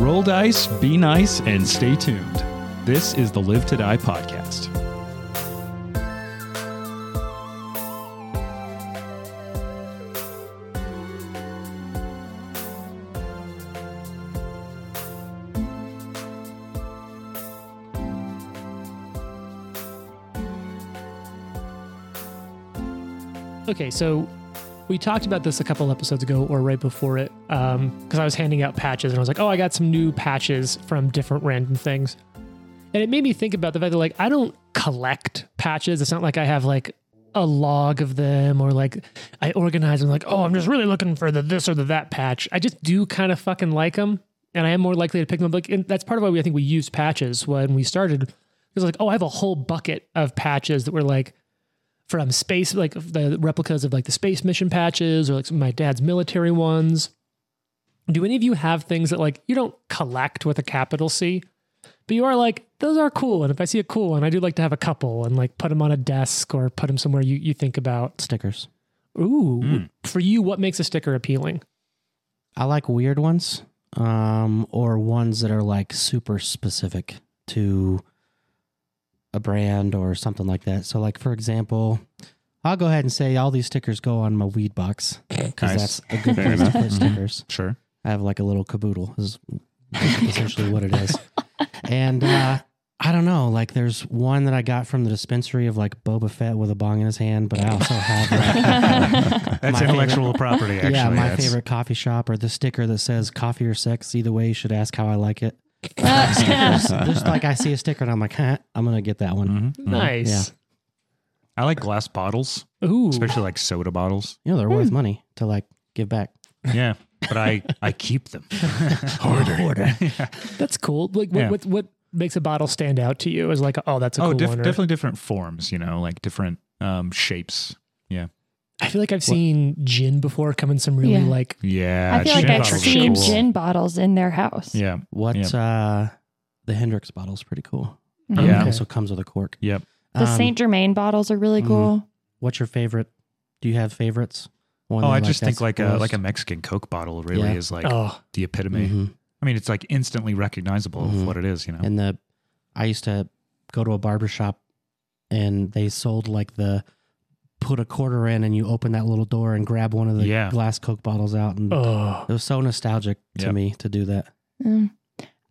Roll dice, be nice, and stay tuned. This is the Live to Die podcast. Okay, so we talked about this a couple episodes ago or right before it because I was handing out patches and I was like, oh, I got some new patches from different random things. And it made me think about the fact that, like, I don't collect patches. It's not like I have, like, a log of them or, like, I organize them, like, oh, I'm just really looking for the this or the that patch. I just do kind of fucking like them. And I am more likely to pick them up. Like, and that's part of why we, I think we used patches when we started. It was like, oh, I have a whole bucket of patches that were like, from space, like the replicas of like the space mission patches or like some of my dad's military ones. Do any of you have things that like you don't collect with a capital C, but you are like those are cool? And if I see a cool one, I do like to have a couple and like put them on a desk or put them somewhere you you think about. Stickers. Ooh, Hmm. for you, what makes a sticker appealing? I like weird ones, um, or ones that are like super specific to a brand or something like that. So, like for example, I'll go ahead and say all these stickers go on my weed box because Nice. that's a good Fair place to enough. put Mhm. stickers. Sure. I have like a little caboodle is essentially what it is. And uh, I don't know, like there's one that I got from the dispensary of like Boba Fett with a bong in his hand, but I also have like, That's My intellectual property, actually. yeah, my That's- favorite coffee shop or the sticker that says coffee or sex, either way, you should ask how I like it. Uh, Stickers. Just like I see a sticker and I'm like, huh, I'm gonna get that one. Mhm, Hmm. mhm. Nice. I like glass bottles, Ooh, especially like soda bottles. You know, they're Hmm. worth money to like give back. Yeah, but I I keep them. Hoarder. Yeah. that's cool. Like, what, Yeah. what what makes a bottle stand out to you is like, oh, that's a Oh, cool diff- one. or- definitely different forms. You know, like different um, shapes. I feel like I've seen gin before come in some really Yeah. like Yeah, I feel gin like I've bottles are seen cool. gin bottles in their house. Yeah. What Yeah. uh the Hendrix bottle's pretty cool. Mhm. Yeah. It also comes with a cork. Yep. The Um, Saint Germain bottles are really mm. Mhm. cool. what's your favorite? Do you have favorites? One Oh, that, I just think that's like the a most- like a Mexican Coke bottle really Yeah. is like oh the epitome. Mhm. I mean, it's like instantly recognizable of Mhm. what it is. You know. and the I used to go to a barber shop and they sold like the put a quarter in and you open that little door and grab one of the Yeah. glass Coke bottles out mm. and oh. it was so nostalgic to Yep. me to do that. Mm.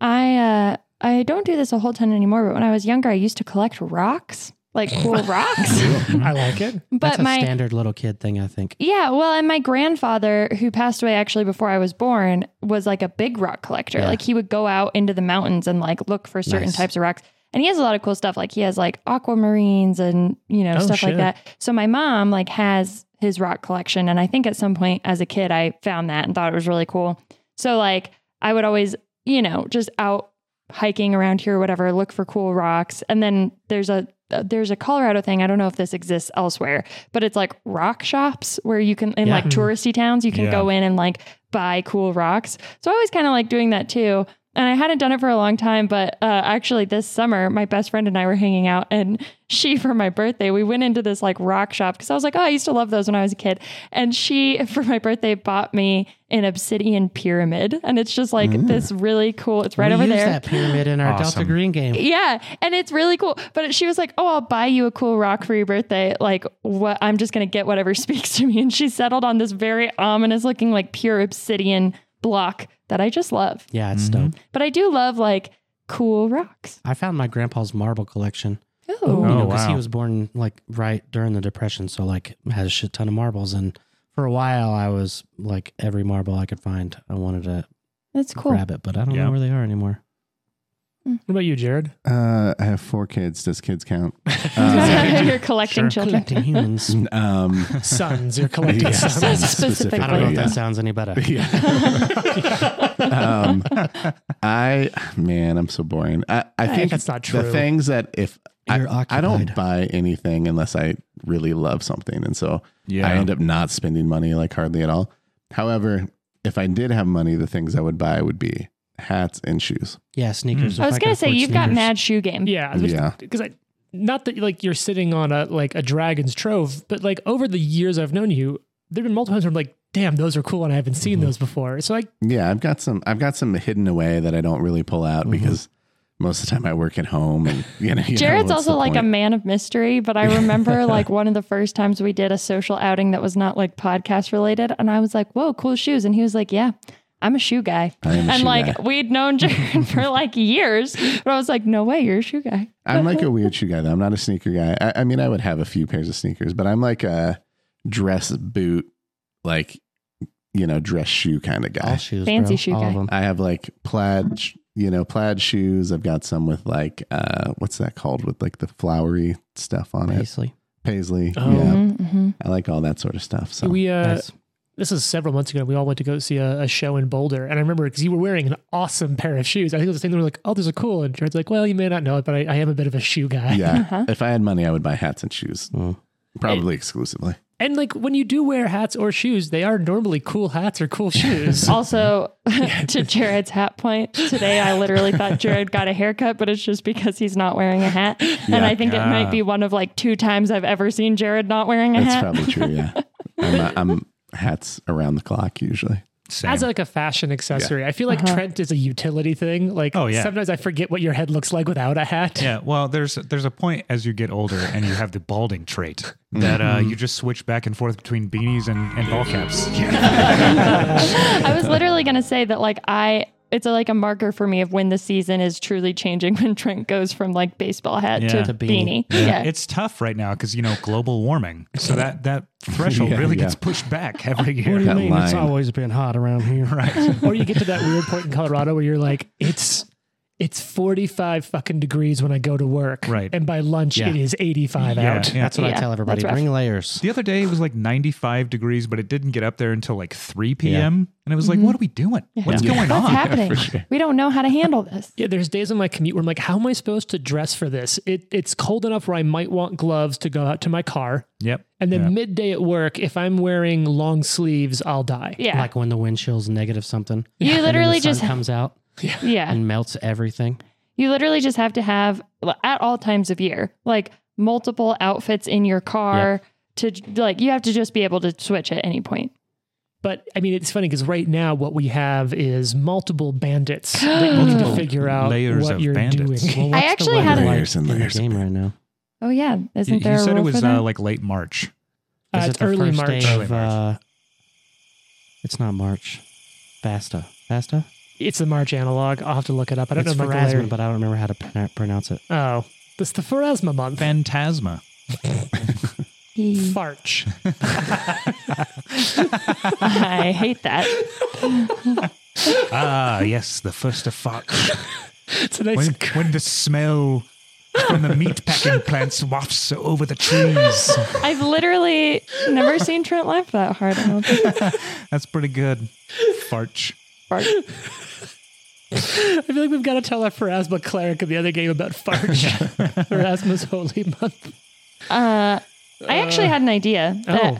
I uh, I don't do this a whole ton anymore, but when I was younger, I used to collect rocks, like cool rocks. I like it. But That's a my standard little kid thing, I think. yeah, well, and my grandfather, who passed away actually before I was born, was like a big rock collector. Yeah. Like he would go out into the mountains and like look for certain Nice. types of rocks. And he has a lot of cool stuff. Like he has like aquamarines and you know Oh, stuff shit. like that. So my mom like has his rock collection, and I think at some point as a kid I found that and thought it was really cool. So like I would always you know just out hiking around here or whatever, look for cool rocks. And then there's a there's a Colorado thing. I don't know if this exists elsewhere, but it's like rock shops where you can in Yeah. Mm-hmm. like touristy towns you can Yeah. go in and like buy cool rocks. So I always kind of like doing that too. And I hadn't done it for a long time, but uh, actually this summer, my best friend and I were hanging out, and she for my birthday, we went into this like rock shop because I was like, oh, I used to love those when I was a kid. And she for my birthday bought me an obsidian pyramid, and it's just like Mm. this really cool. It's right we over used there. E- that pyramid in our Awesome. Delta Green game. Yeah, and it's really cool. But she was like, "Oh, I'll buy you a cool rock for your birthday. Like, what? I'm just gonna get whatever speaks to me." And she settled on this very ominous-looking, like pure obsidian block that I just love. Yeah, it's Mhm. dope. But I do love like cool rocks. I found my grandpa's marble collection. Oh, Oh, because wow. he was born like right during the depression, so like had a shit ton of marbles. And for a while, I was like every marble I could find, I wanted to that's cool. grab it, but I don't Yeah. know where they are anymore. What about you, Jared? Uh, I have four kids. Does kids count? You're collecting Sure. children. Collecting humans. Um, Sons. You're collecting Yeah. sons. Specifically, I don't know if yeah. that sounds any better. um, I man, I'm so boring. I, I Hey, think that's not The true. things that if You're I, I don't occupied. buy anything unless I really love something, and so yeah. I end up not spending money like hardly at all. However, if I did have money, the things I would buy would be hats and shoes. Yeah, sneakers. I was gonna say you've got mad shoe game. Yeah. Yeah. Because I, not that like you're sitting on a like a dragon's trove, but like over the years I've known you, there've been multiple times where I'm like, damn, those are cool and I haven't seen Mm-hmm. those before. So like, Yeah, I've got some. I've got some hidden away that I don't really pull out because most of the time I work at home, and you know, you know, Jared's what's also the like a point? man of mystery, but I remember like one of the first times we did a social outing that was not like podcast related, and I was like, "Whoa, cool shoes!" And he was like, "Yeah, I'm a shoe guy." I am a and shoe like guy. we'd known Jared for like years, but I was like, "No way, you're a shoe guy." I'm like a weird shoe guy though. I'm not a sneaker guy. I, I mean, I would have a few pairs of sneakers, but I'm like a dress boot, like you know, dress shoe kind of All guy. shoes, Fancy bro. shoe All guy. Of them. I have like plaid, sh- you know, plaid shoes. I've got some with like uh, what's that called with like the flowery stuff on it, Basically, paisley. Oh. Yeah, Mm-hmm. Mhm, mhm. I like all that sort of stuff. So we uh, nice. this is several months ago. We all went to go see a, a show in Boulder, and I remember because you were wearing an awesome pair of shoes. I think it was the thing that were like, "Oh, those are cool." And Jared's like, "Well, you may not know it, but I, I am a bit of a shoe guy." yeah, Uh-huh. if I had money, I would buy hats and shoes, Mm. probably exclusively. And like when you do wear hats or shoes, they are normally cool hats or cool shoes. Also, to Jared's hat point, today I literally thought Jared got a haircut, but it's just because he's not wearing a hat. And Yeah. I think it might be one of like two times I've ever seen Jared not wearing a That's Uh-huh. hat. probably true. Yeah, I'm, uh, I'm hats around the clock usually. Same. As like a fashion accessory, I feel like Trent is a utility thing. Like, Oh, yeah. sometimes I forget what your head looks like without a hat. yeah, well, there's there's a point as you get older and you have the balding trait that uh, you just switch back and forth between beanies and, and ball caps. I was literally going to say that, like, I. It's like a marker for me of when the season is truly changing when Trent goes from like baseball hat Yeah. to, To beanie. beanie. Yeah. It's tough right now because you know global warming, so that that threshold Yeah, really yeah. gets pushed back every What do year. you That mean? It's line. always been hot around here. Right. or you get to that weird point in Colorado where you're like, it's it's 45 fucking degrees when I go to work. Right. And by lunch, Yeah. it is 85 Yeah, out. yeah. That's what Yeah, I tell everybody. that's rough. Bring layers. The other day it was like 95 degrees, but it didn't get up there until like 3 p.m. And I was like, what are we doing? What's going What's on? happening? We don't know how to handle this. Yeah, there's days on my commute where I'm like, how am I supposed to dress for this? It, it's cold enough where I might want gloves to go out to my car. Yep. And then Yeah. midday at work, if I'm wearing long sleeves, I'll die. Yeah. Like when the wind chill's negative something. You and then literally the sun just- comes out yeah. and melts everything. You literally just have to have well, at all times of year, like multiple outfits in your car to like you have to just be able to switch at any point. But I mean, it's funny because right now what we have is multiple bandits that you need to Oh, Multiple figure out layers what of you're bandits. doing. what's the actually weather had a- like Layers and in the layers. game right now. Oh yeah, You, isn't you there a said rule it for was that? uh, like late March. Uh, Is it's it the early first March. Oh, day Early of, March. uh, it's not March. Fasta. Fasta? It's the March analog. I'll have to look it up. I don't it's know my Phrasma, layer. but I don't remember how to pr- pronounce it. Oh, that's the Pharasma month. Phantasma. He- Farch. I hate that. ah, yes, the first of Fox. It's a nice. when, when the smell from the meat packing plants wafts over the trees. I've literally never seen Trent laugh that hard. I don't think. That's pretty good. Farch. Fart. I feel like we've got to tell our Pharasma cleric of the other game about Farch. Pharasma's holy month. Uh, I actually had an idea. that- Oh.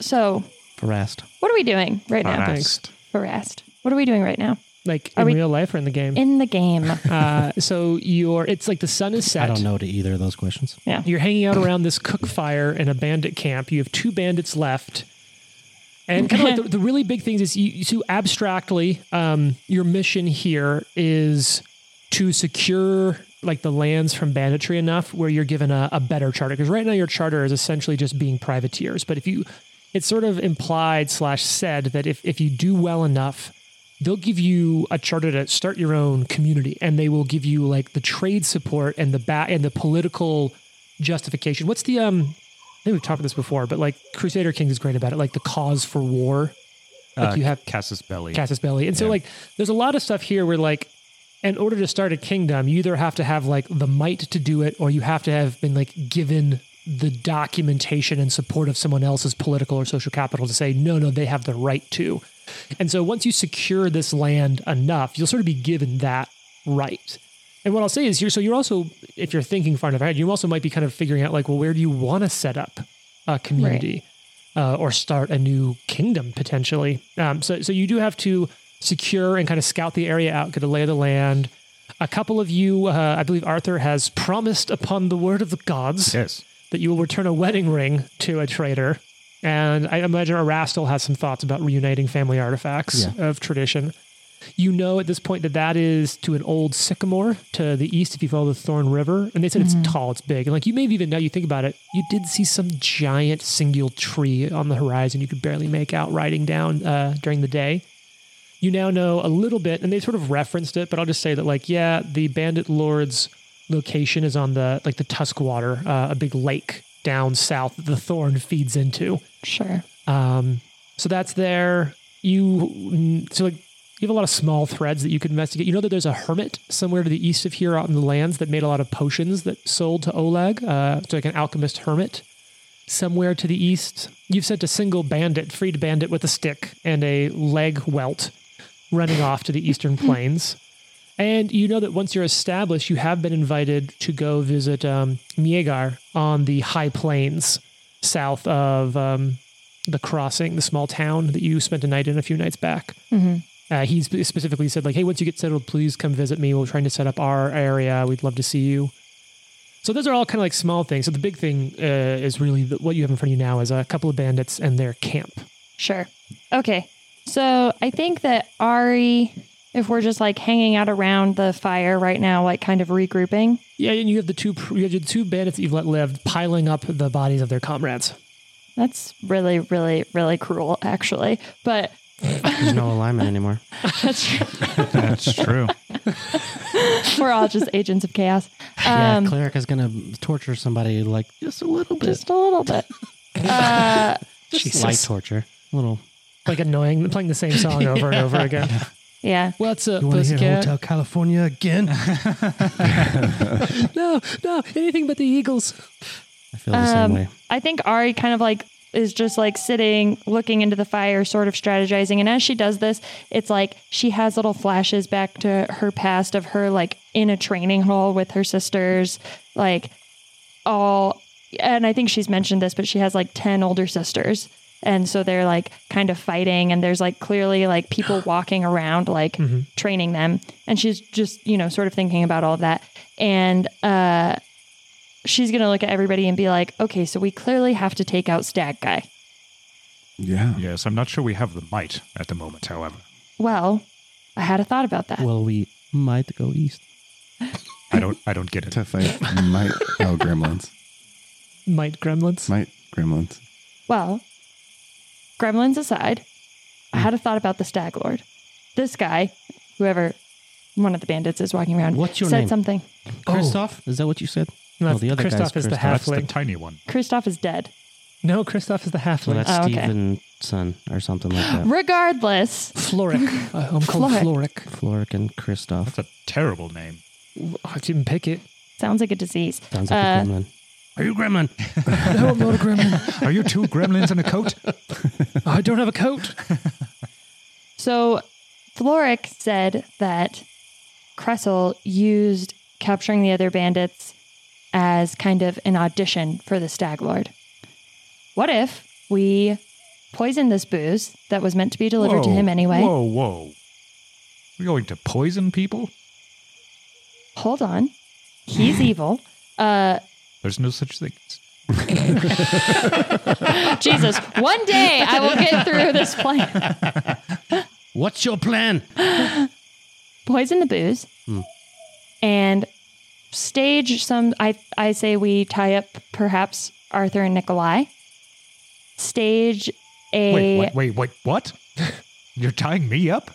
So Phrased. what are we doing right now? Harassed. Harassed. What are we doing right now Like Are in we- real life or in the game? in the game? uh, so you're. It's like the sun is set. I don't know to either of those questions. Yeah. You're hanging out around this cook fire in a bandit camp. You have two bandits left. And kind of like the, the really big things is you, you so abstractly, um, your mission here is to secure like the lands from banditry enough where you're given a, a better charter. Because right now your charter is essentially just being privateers. But if you, it's sort of implied slash said that if, if you do well enough, they'll give you a charter to start your own community and they will give you like the trade support and the bat and the political justification. What's the um? I think we've talked about this before, but like Crusader Kings is great about it, like the cause for war, Uh, Like you have- Cassus Belli. Cassius Belli, and so Yeah. like there's a lot of stuff here where like in order to start a kingdom, you either have to have like the might to do it, or you have to have been like given the documentation and support of someone else's political or social capital to say no, no, they have the right to. And so once you secure this land enough, you'll sort of be given that right. And what I'll say is, you're so you're also, if you're thinking far enough ahead, you also might be kind of figuring out like, well, where do you want to set up a community uh, or start a new kingdom potentially? Um, so, so you do have to secure and kind of scout the area out, get a lay of the land. A couple of you, uh, I believe Arthur has promised upon the word of the gods Yes. that you will return a wedding ring to a traitor And I imagine Aras still has some thoughts about reuniting family artifacts of tradition. You know at this point that that is to an old sycamore to the east if you follow the Thorn River. And they said it's tall, it's big. And like you may have even, now you think about it, you did see some giant singular tree on the horizon you could barely make out riding down uh, during the day you now know a little bit, and they sort of referenced it, but I'll just say that, like, yeah, the Bandit Lord's location is on the like the Tuskwater, uh, a big lake down south that the Thorn feeds into. Sure. Um, so that's there. You so like you have a lot of small threads that you could investigate. You know that there's a hermit somewhere to the east of here, out in the lands, that made a lot of potions that sold to Oleg. Uh, it's like an alchemist hermit somewhere to the east. You've sent a single bandit, freed bandit with a stick and a leg welt, running off to the eastern plains. And you know that once you're established, you have been invited to go visit um, Miegar on the high plains south of um, the crossing, the small town that you spent a night in a few nights back. Uh, he spe- specifically said, like, hey, once you get settled, please come visit me. We're trying to set up our area. We'd love to see you. So those are all kind of like small things. So the big thing uh, is really the, what you have in front of you now is a couple of bandits and their camp. Sure. Okay. So I think that Ari, if we're just like hanging out around the fire right now, like kind of regrouping. Yeah, and you have the two pr- you have the two bandits that you've let live piling up the bodies of their comrades. That's really, really, really cruel, actually. But There's no alignment anymore. That's true. we're all just agents of chaos. yeah, Um, cleric is gonna torture somebody like just a little bit, just a little bit. Uh, Jesus. light torture, little. like annoying, playing the same song over and over again. yeah. What's up, You want to hear pussycat? Hotel California again? No, no, anything but the Eagles. I feel the same way. Um, I think Ari kind of like is just like sitting, looking into the fire, sort of strategizing. And as she does this, it's like she has little flashes back to her past of her like in a training hall with her sisters, like all. And I think she's mentioned this, but she has like 10 older sisters. And so they're like kind of fighting, and there's like clearly like people walking around, like Mm-hmm. training them. And she's just, you know, sort of thinking about all of that. And, uh, she's gonna look at everybody and be like, okay, so we clearly have to take out Stag Guy. Yeah. Yes, I'm not sure we have the might at the moment, however. Well, I had a thought about that. Well, we might go east. I don't I don't get it. To fight might oh gremlins. Might gremlins. Might gremlins. Well, gremlins aside, I had a thought about the Stag Lord. This guy, whoever one of the bandits is walking around, What's your said name? something. Oh. Christoph, is that what you said? No, the other Christoph is guy's the Christoph. That's the Halfling. tiny one. Kristoff is dead. No, Kristoff is the So halfling. that's Oh, okay. Stephen's son or something like that. Regardless, Floric. Uh, I'm called Floric. Floric. Floric and Christoph. That's a terrible name. I didn't pick it. sounds like a disease. Sounds like Uh, a gremlin. Are you gremlin? No, I'm not a gremlin. Are you two gremlins in a coat? I don't have a coat. So Floric said that Kressel used capturing the other bandits as kind of an audition for the Stag Lord. What if we poison this booze that was meant to be delivered to Whoa, him anyway? Whoa, whoa. We're going to poison people? Hold on. He's evil. Uh, There's no such thing. Jesus, one day I will get through this plan. What's your plan? Poison the booze Hmm. and stage some. I, I say we tie up perhaps Arthur and Nikolai. Stage a. Wait, wait, wait, wait, what? You're tying me up?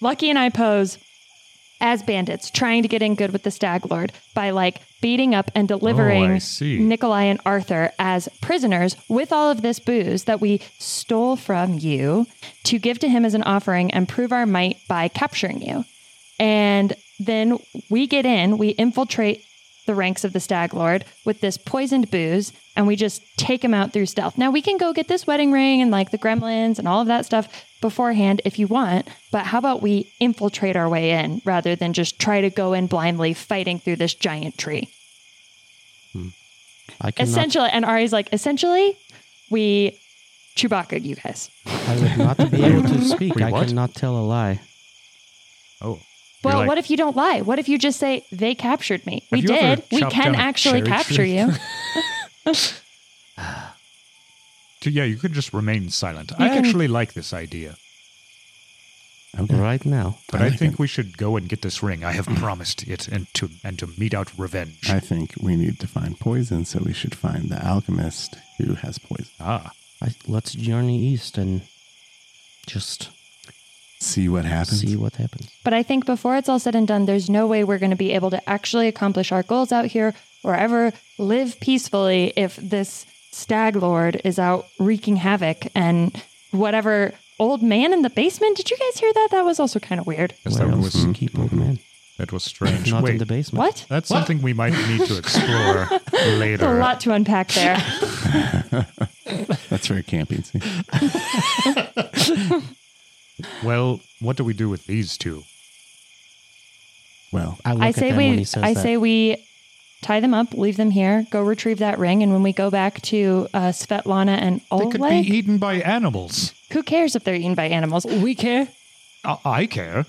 Lucky and I pose as bandits trying to get in good with the Stag Lord by like beating up and Oh, I delivering see. Nikolai and Arthur as prisoners with all of this booze that we stole from you to give to him as an offering and prove our might by capturing you. And then we get in, we infiltrate the ranks of the Stag Lord with this poisoned booze, and we just take him out through stealth. Now we can go get this wedding ring and like the gremlins and all of that stuff beforehand if you want, but how about we infiltrate our way in rather than just try to go in blindly fighting through this giant tree? I cannot. Essentially, and Ari's like, essentially, we Chewbacca you guys. I would not be able to speak. Wait, I what? cannot tell a lie. Oh. Well, You're like- what if you don't lie? What if you just say they captured me? We Have you ever did. We chopped can down a actually cherry capture tree? you. ju- yeah, you could just remain silent. I Yeah. actually like this idea, Okay. right now. but I I, like think we should go and get this ring. I have promised it, and to and to mete out revenge. I think we need to find poison, so we should find the alchemist who has poison. ah, I, let's journey east and just See what happens. see what happens. But I think before it's all said and done, there's no way we're going to be able to actually accomplish our goals out here or ever live peacefully if this stag lord is out wreaking havoc and whatever old man in the basement. Did you guys hear that? That was also kind of weird. yes, Where that else was to keep old man? that was strange. hmm. Not Wait, in the basement. What? that's something we might need to explore There's a later. lot to unpack there. That's very camping. See? Well, what do we do with these two? Well, I, look I at say them when we he says I that. say we tie them up, leave them here, go retrieve that ring, and when we go back to uh, Svetlana and They could be e- Oleg, eaten by animals. who cares if they're eaten by animals? Oh. We care. I, I care.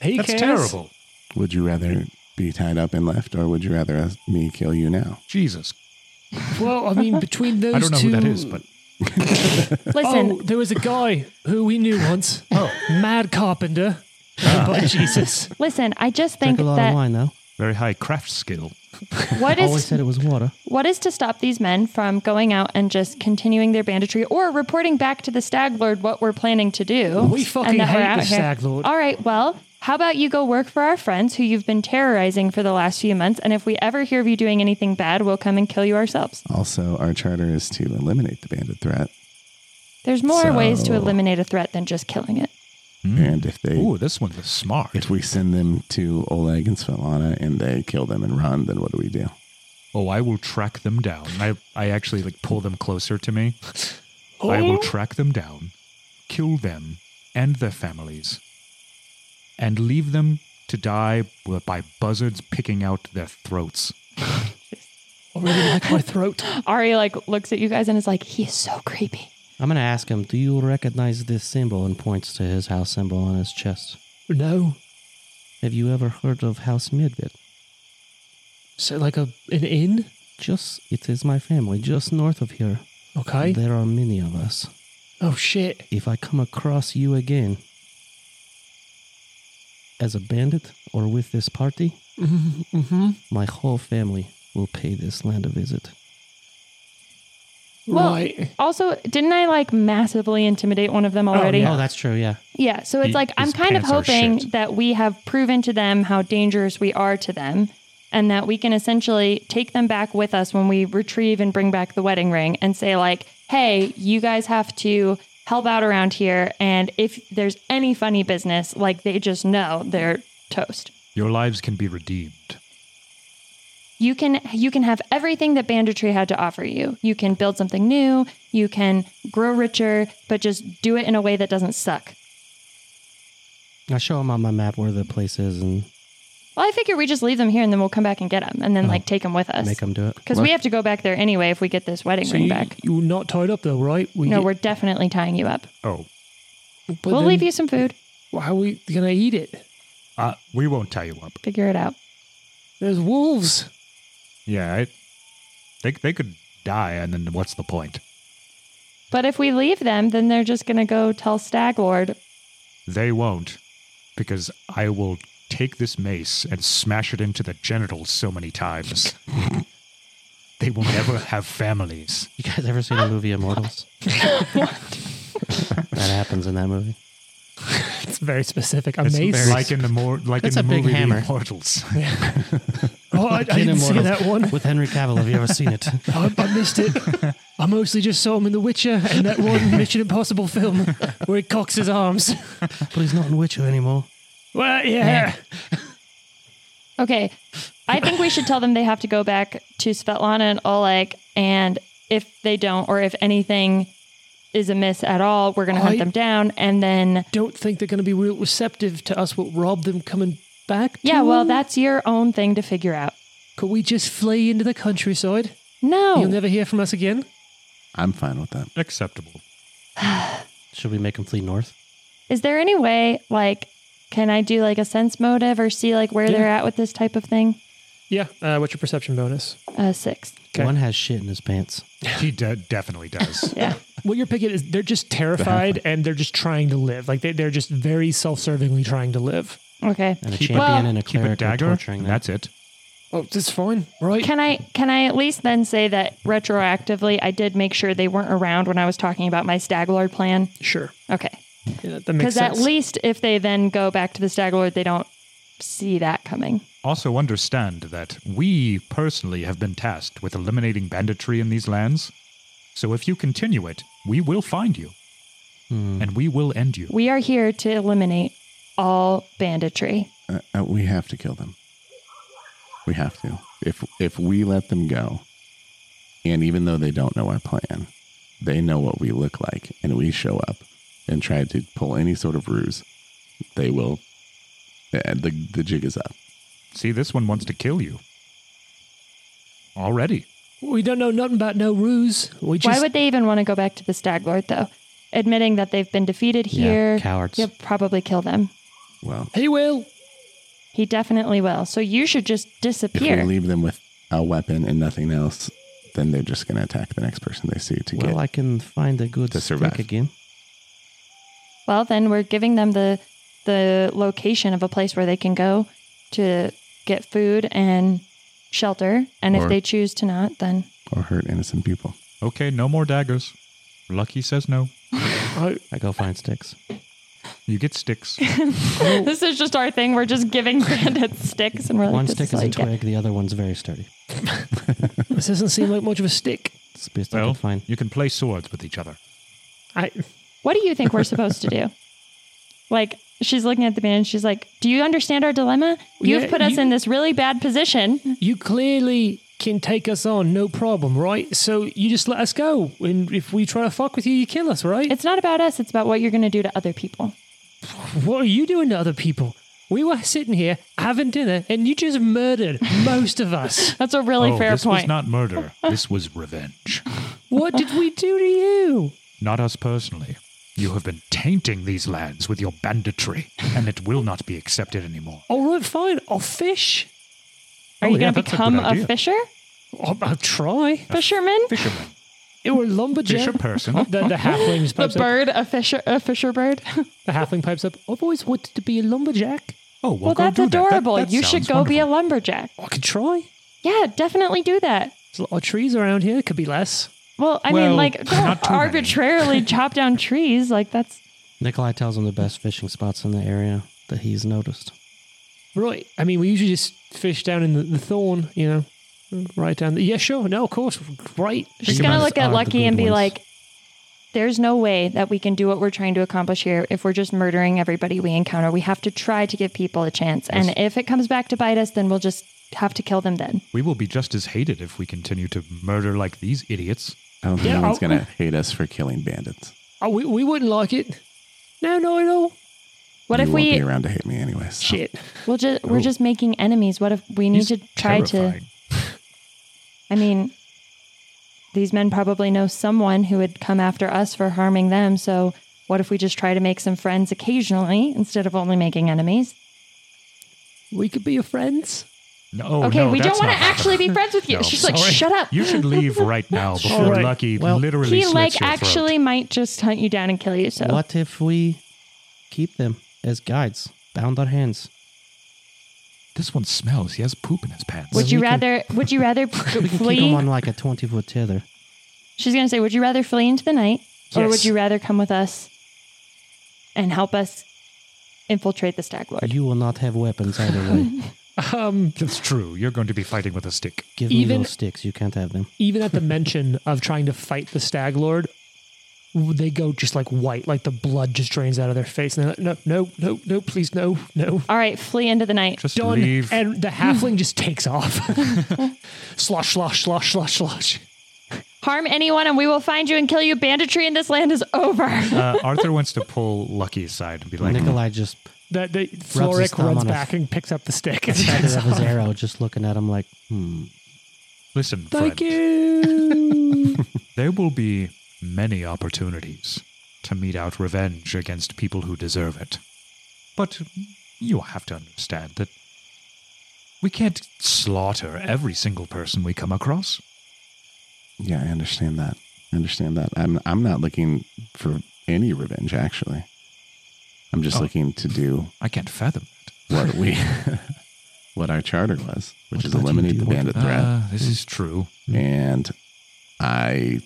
He That's cares. terrible. would you rather be tied up and left, or would you rather us, me kill you now? Jesus, Well, I mean, between those I don't know two, who that is, but Listen, Oh, there was a guy who we knew once. Oh, Mad Carpenter. Ah. But Jesus, listen, I just think Drink a lot of that wine though. very high craft skill. what Always is said it was water. what is to stop these men from going out and just continuing their banditry or reporting back to the Stag Lord what we're planning to do? We and fucking that we're hate out the here. Stag Lord. All right, well, how about you go work for our friends who you've been terrorizing for the last few months, and if we ever hear of you doing anything bad, we'll come and kill you ourselves. Also, our charter is to eliminate the bandit threat, There's more ways to So- eliminate a threat than just killing it. and if they Ooh, this one's smart. if we send them to Oleg and Svetlana and they kill them and run, then what do we do? Oh, I will track them down. I, I actually like pull them closer to me. I will track them down, kill them and their families, and leave them to die by buzzards picking out their throats. I really like my throat. Ari like looks at you guys and is like, he is so creepy. I'm gonna ask him. Do you recognize this symbol? And points to his house symbol on his chest. No, Have you ever heard of House Midvid? so like a an inn. Just it is my family, just north of here. Okay. There are many of us. Oh shit. If I come across you again as a bandit or with this party, Mm-hmm. my whole family will pay this land a visit. Well, right. Also, didn't I like massively intimidate one of them already? Oh, that's true, yeah. Yeah, so it's He- like I'm his kind of pants are hoping shit. that we have proven to them how dangerous we are to them and that we can essentially take them back with us when we retrieve and bring back the wedding ring and say like, "Hey, you guys have to help out around here and if there's any funny business, like they just know they're toast." Your lives can be redeemed. you can you can have everything that banditry had to offer you you can build something new you can grow richer but just do it in a way that doesn't suck I show him on my map where the place is and well i figure we just leave them here and then we'll come back and get them and then Uh-huh. like take them with us make him do it. because we have to go back there anyway if we get this wedding So ring you, back you're not tied up though, right? We, no we're definitely tying you up Oh, but we'll then leave you some food How are we gonna eat it? uh, we won't tie you up. figure it out There's wolves. Yeah, I, they, they could die, and then what's the point? but if we leave them then they're just gonna go tell stag lord They won't, because I will take this mace and smash it into the genitals so many times. they will never have families. You guys ever seen the movie Immortals? that happens in that movie. It's very specific. It's Amazing. like in the more like That's in the a big movie hammer. The Immortals. oh, I, I In didn't see Immortals. that one. With Henry Cavill, have you ever seen it? I, I missed it. I mostly just saw him in The Witcher and that one Mission Impossible film where he cocks his arms. But he's not in Witcher anymore. Well, yeah. Okay. I think we should tell them they have to go back to Svetlana and Oleg. And if they don't, or if anything is amiss at all, we're going to hunt I- them down. And then, Don't think they're going to be real receptive to us. What robbed them coming back? to yeah, well, them? that's your own thing to figure out. Could we just flee into the countryside? No. You'll never hear from us again. I'm fine with that. Acceptable. Should we make him flee north? is there any way, like, can I do like a sense motive or see like where they're at with this type of thing? Yeah. Uh, what's your perception bonus? Uh, six. Okay. One has shit in his pants. He de- definitely does. Yeah. what you're picking is they're just terrified and they're just trying to live. Like they, they're just very self-servingly trying to live. Okay. And a Keep a- champion Well- and a Keep a cleric are dagger, torturing and them. that's it. Oh, that's fine, right? Can I can I at least then say that retroactively I did make sure they weren't around when I was talking about my Staglord plan? sure. Okay. Yeah, that makes Because at sense. least if they then go back to the Staglord, they don't see that coming. Also, understand that we personally have been tasked with eliminating banditry in these lands. So if you continue it, we will find you. Hmm. And we will end you. We are here to eliminate all banditry. Uh, uh, we have to kill them. We have to. If if we let them go, and even though they don't know our plan, they know what we look like, and we show up and try to pull any sort of ruse, they will. uh, The the jig is up. See, this one wants to kill you. Already. we don't know nothing about no ruse. We just Why would they even want to go back to the Staglord though? Admitting that they've been defeated here, cowards. He'll probably kill them. Well, he will. He definitely will. So you should just if disappear. we leave them with a weapon and nothing else, then they're just going to attack the next person they see to Well, get. I can find a good To stick survive. again. Well, then we're giving them the the location of a place where they can go to get food and shelter. And Or- if they choose to not, then or hurt innocent people. Okay, no more daggers. Lucky says no. I, I go find sticks. You get sticks. this is just our thing. We're just giving bandits sticks, and we're like, One this stick is is all a you get. twig, the other one's very sturdy. this doesn't seem like much of a stick. It's the best I well, could find. you can play swords with each other. I What do you think we're supposed to do? Like she's looking at the band. And she's like, "Do you understand our dilemma? You've Yeah, put us you- in this really bad position. you clearly can take us on, no problem, right? So you just let us go, and if we try to fuck with you, you kill us, right? It's not about us. It's about what you're going to do to other people." what are you doing to other people? We were sitting here having dinner, and you just murdered most of us. That's a really oh, fair this point. was not murder. this was revenge. What did we do to you? Not us personally. You have been tainting these lands with your banditry, and it will not be accepted anymore. All right, fine. I'll fish. Are Oh, you yeah, going to that's a good become a, idea. fisher? I'll, I'll try. Fisherman? Fisherman. It were lumberjack. Fisher person. The, the halfling just the pipes up. bird, a fisher, a fisher bird. The halfling pipes up. I've always wanted to be a lumberjack. Oh, well, Well, go that's do that. That- adorable. that you should sounds go be a wonderful. lumberjack. I could try. Yeah, definitely do that. There's a lot of trees around here. Could be less. Well, I Well, mean, like, not don't too many. arbitrarily chop down trees. Like, that's Nikolai tells him the best fishing spots in the area that he's noticed. Right. I mean, we usually just fish down in the, the thorn, you know, right down. The, yeah, sure. No, of course. Right. she's Think going to about look us are at the Lucky good and be ones. like, there's no way that we can do what we're trying to accomplish here if we're just murdering everybody we encounter. We have to try to give people a chance. And if it comes back to bite us, then we'll just have to kill them then. We will be just as hated if we continue to murder like these idiots. I don't think Yeah, anyone's I'll- going to hate us for killing bandits. Oh, we, we wouldn't like it. No, no, at all. What you if won't be we, around to hate me anyways? so- Shit. we'll just, we're just making enemies? What if we need He's to try to. terrifying. I mean, these men probably know someone who would come after us for harming them. So, what if we just try to make some friends occasionally instead of only making enemies? We could be your friends. Oh, No, okay, no, we don't that's want to not happening. actually be friends with you. No, She's like, sorry. shut up. You should leave right now before All right. Lucky Well- literally he slits like your actually throat. might just hunt you down and kill you. So, What if we keep them as guides, bound our hands? This one smells. He has poop in his pants. would Well, you we can- rather? would you rather We can keep them flee? on like a 20 foot tether. She's gonna say, would you rather flee into the night, or Yes. would you rather come with us and help us infiltrate the Stag Lord? You will not have weapons either way. That's true. You're going to be fighting with a stick. Give me Even- those sticks. You can't have them. Even at the mention of trying to fight the stag lord, they go just like white, like the blood just drains out of their face. And they're like, no, no, no, no, please, no, no. All right, flee into the night. Just Done. leave. And the halfling just takes off. slosh, slosh, slosh, slosh, slosh. Harm anyone and we will find you and kill you. Banditry in this land is over. uh, Arthur wants to pull Lucky aside and be like, Nikolai just The, the his Floric thumb runs on a- back and picks up the stick. feather of his arrow, just looking at him like, hmm. "Listen, friend, Thank you. there will be many opportunities to mete out revenge against people who deserve it, but you have to understand that we can't slaughter every single person we come across. Yeah, I understand that. I understand that. I'm I'm not looking for any revenge actually. I'm just Oh. looking to do I can't fathom it. what we what our charter was, What which about is you, eliminate the Dior? bandit threat. Ah, this is true. And I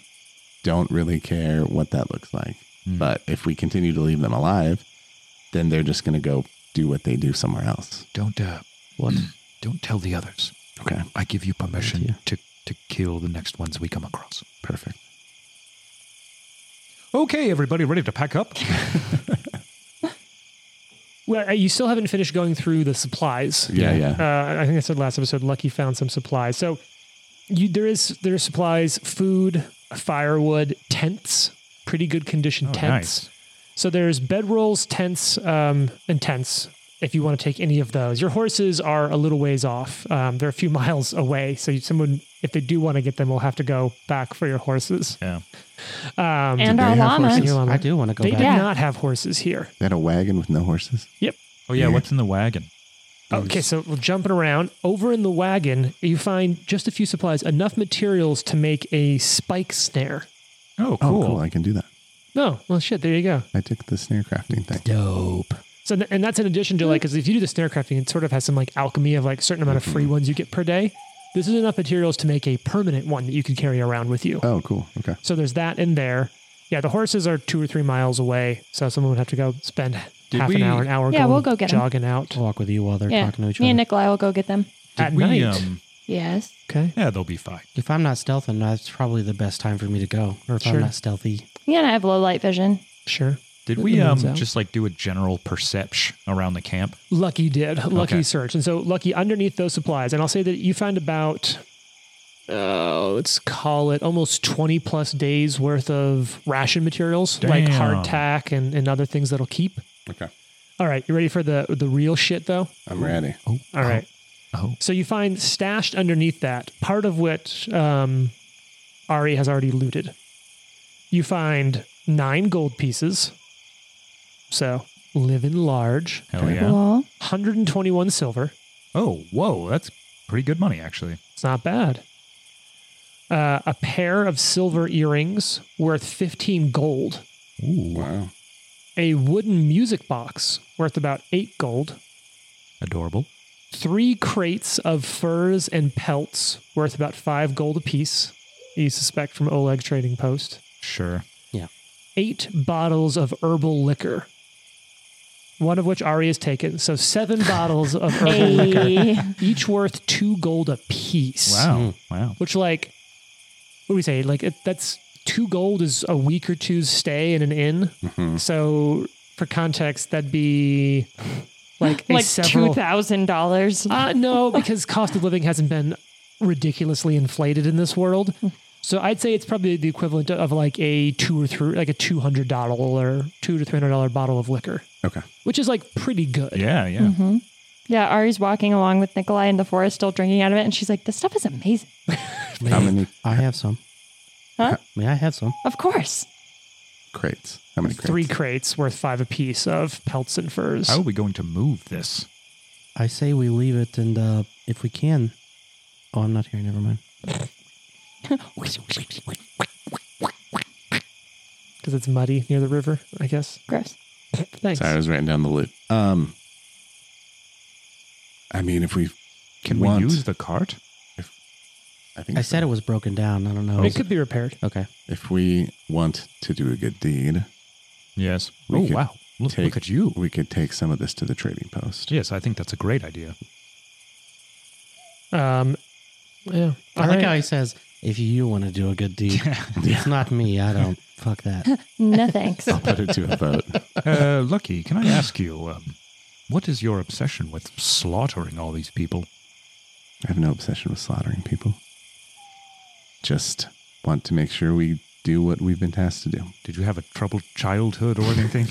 don't really care what that looks like. Hmm. But if we continue to leave them alive, then they're just going to go do what they do somewhere else. Don't uh, What? don't tell the others. Okay, I give you permission Idea. to to kill the next ones we come across. perfect. Okay, everybody, ready to pack up? Well, uh, you still haven't finished going through the supplies. Yeah, yeah. Uh, I think I said last episode. Lucky found some supplies. So you, there is there are supplies, food, firewood, tents, pretty good condition Oh, tents. So there's bedrolls, tents, um, and tents. If you want to take any of those, your horses are a little ways off. Um, they're a few miles away. So you- someone, if they do want to get them, will have to go back for your horses. Yeah. Um, and our they have llamas. horses? your llama. I do want to go They back. do Yeah. not have horses here. They had a wagon with no horses. Oh yeah, Yeah. what's in the wagon? Okay, so we're jumping around. Over in the wagon, you find just a few supplies, enough materials to make a spike snare. Oh, Oh, cool. cool. I can do that. No, well, shit, there you go. I took the snare crafting thing. Dope. So, th- and that's in addition to like, because if you do the snare crafting, it sort of has some like alchemy of like certain amount of Mm-hmm. free ones you get per day. This is enough materials to make a permanent one that you can carry around with you. Oh, cool. Okay. So there's that in there. Yeah, the horses are two or three miles away, so someone would have to go spend Did half we- an hour, an hour. Yeah, going, we'll go get 'em. jogging out I'll walk with you while they're Yeah. talking to each Me other. and Nikolai will go get them. at we, night. Um, Yes. okay. yeah, they'll be fine. if I'm not stealthing, that's probably the best time for me to go. Or if Sure. I'm not stealthy, Yeah, and I have low light vision. Sure. Did The we moon's um out. just like do a general perception around the camp? Lucky did. Lucky Okay. search. And so Lucky underneath those supplies, and I'll say that you found about uh, let's call it almost 20 plus days worth of ration materials like Damn. hardtack and, and other things that'll keep. Okay. All right, you ready for the the real shit though? I'm ready. All right. Oh, So you find stashed underneath that, part of which um, Ari has already looted. You find nine gold pieces. So living large, hell yeah. Cool. 121 silver. Oh, whoa, that's pretty good money actually. It's not bad. Uh, a pair of silver earrings worth 15 gold. Ooh, Wow. A wooden music box worth about 8 gold. adorable. Three crates of furs and pelts worth about 5 gold apiece, you suspect from Oleg's trading post. Sure. Eight bottles of herbal liquor, one of which Ari has taken. So seven bottles of herbal liquor, Hey. each worth 2 gold apiece. Wow. Wow. which like what do we say like it, that's two gold is a week or two's stay in an inn so for context that'd be like a like several $2,000. uh, no because cost of living hasn't been ridiculously inflated in this world so i'd say it's probably the equivalent of like a two or three like a $200 or two to $300 bottle of liquor Okay. which is like pretty good Yeah, yeah. Yeah, Ari's walking along with Nikolai in the forest, still drinking out of it, and she's like, "This stuff is amazing." How many I have some. Huh? May I have some? Of course. crates? How many crates? three crates worth five apiece of pelts and furs How are we going to move this? I say we leave it, and uh, if we can. Oh, I'm not here. Never mind. because it's muddy near the river i guess Gross. thanks Sorry, I was writing down the loot. Um, I mean, if we Can want- we use the cart? I think I said it was broken down. I don't know. It could be repaired. Okay. if we want to do a good deed, Yes. We oh could wow. Look, take- look at you. we could take some of this to the trading post. Yes, I think that's a great idea. Um, yeah. I like how he says, if you want to do a good deed, it's not me. I don't. Fuck that. No thanks. Put it to a vote. Uh, Lucky, can I ask you, um, what is your obsession with slaughtering all these people? I have no obsession with slaughtering people. Just want to make sure we do what we've been tasked to do. Did you have a troubled childhood or anything?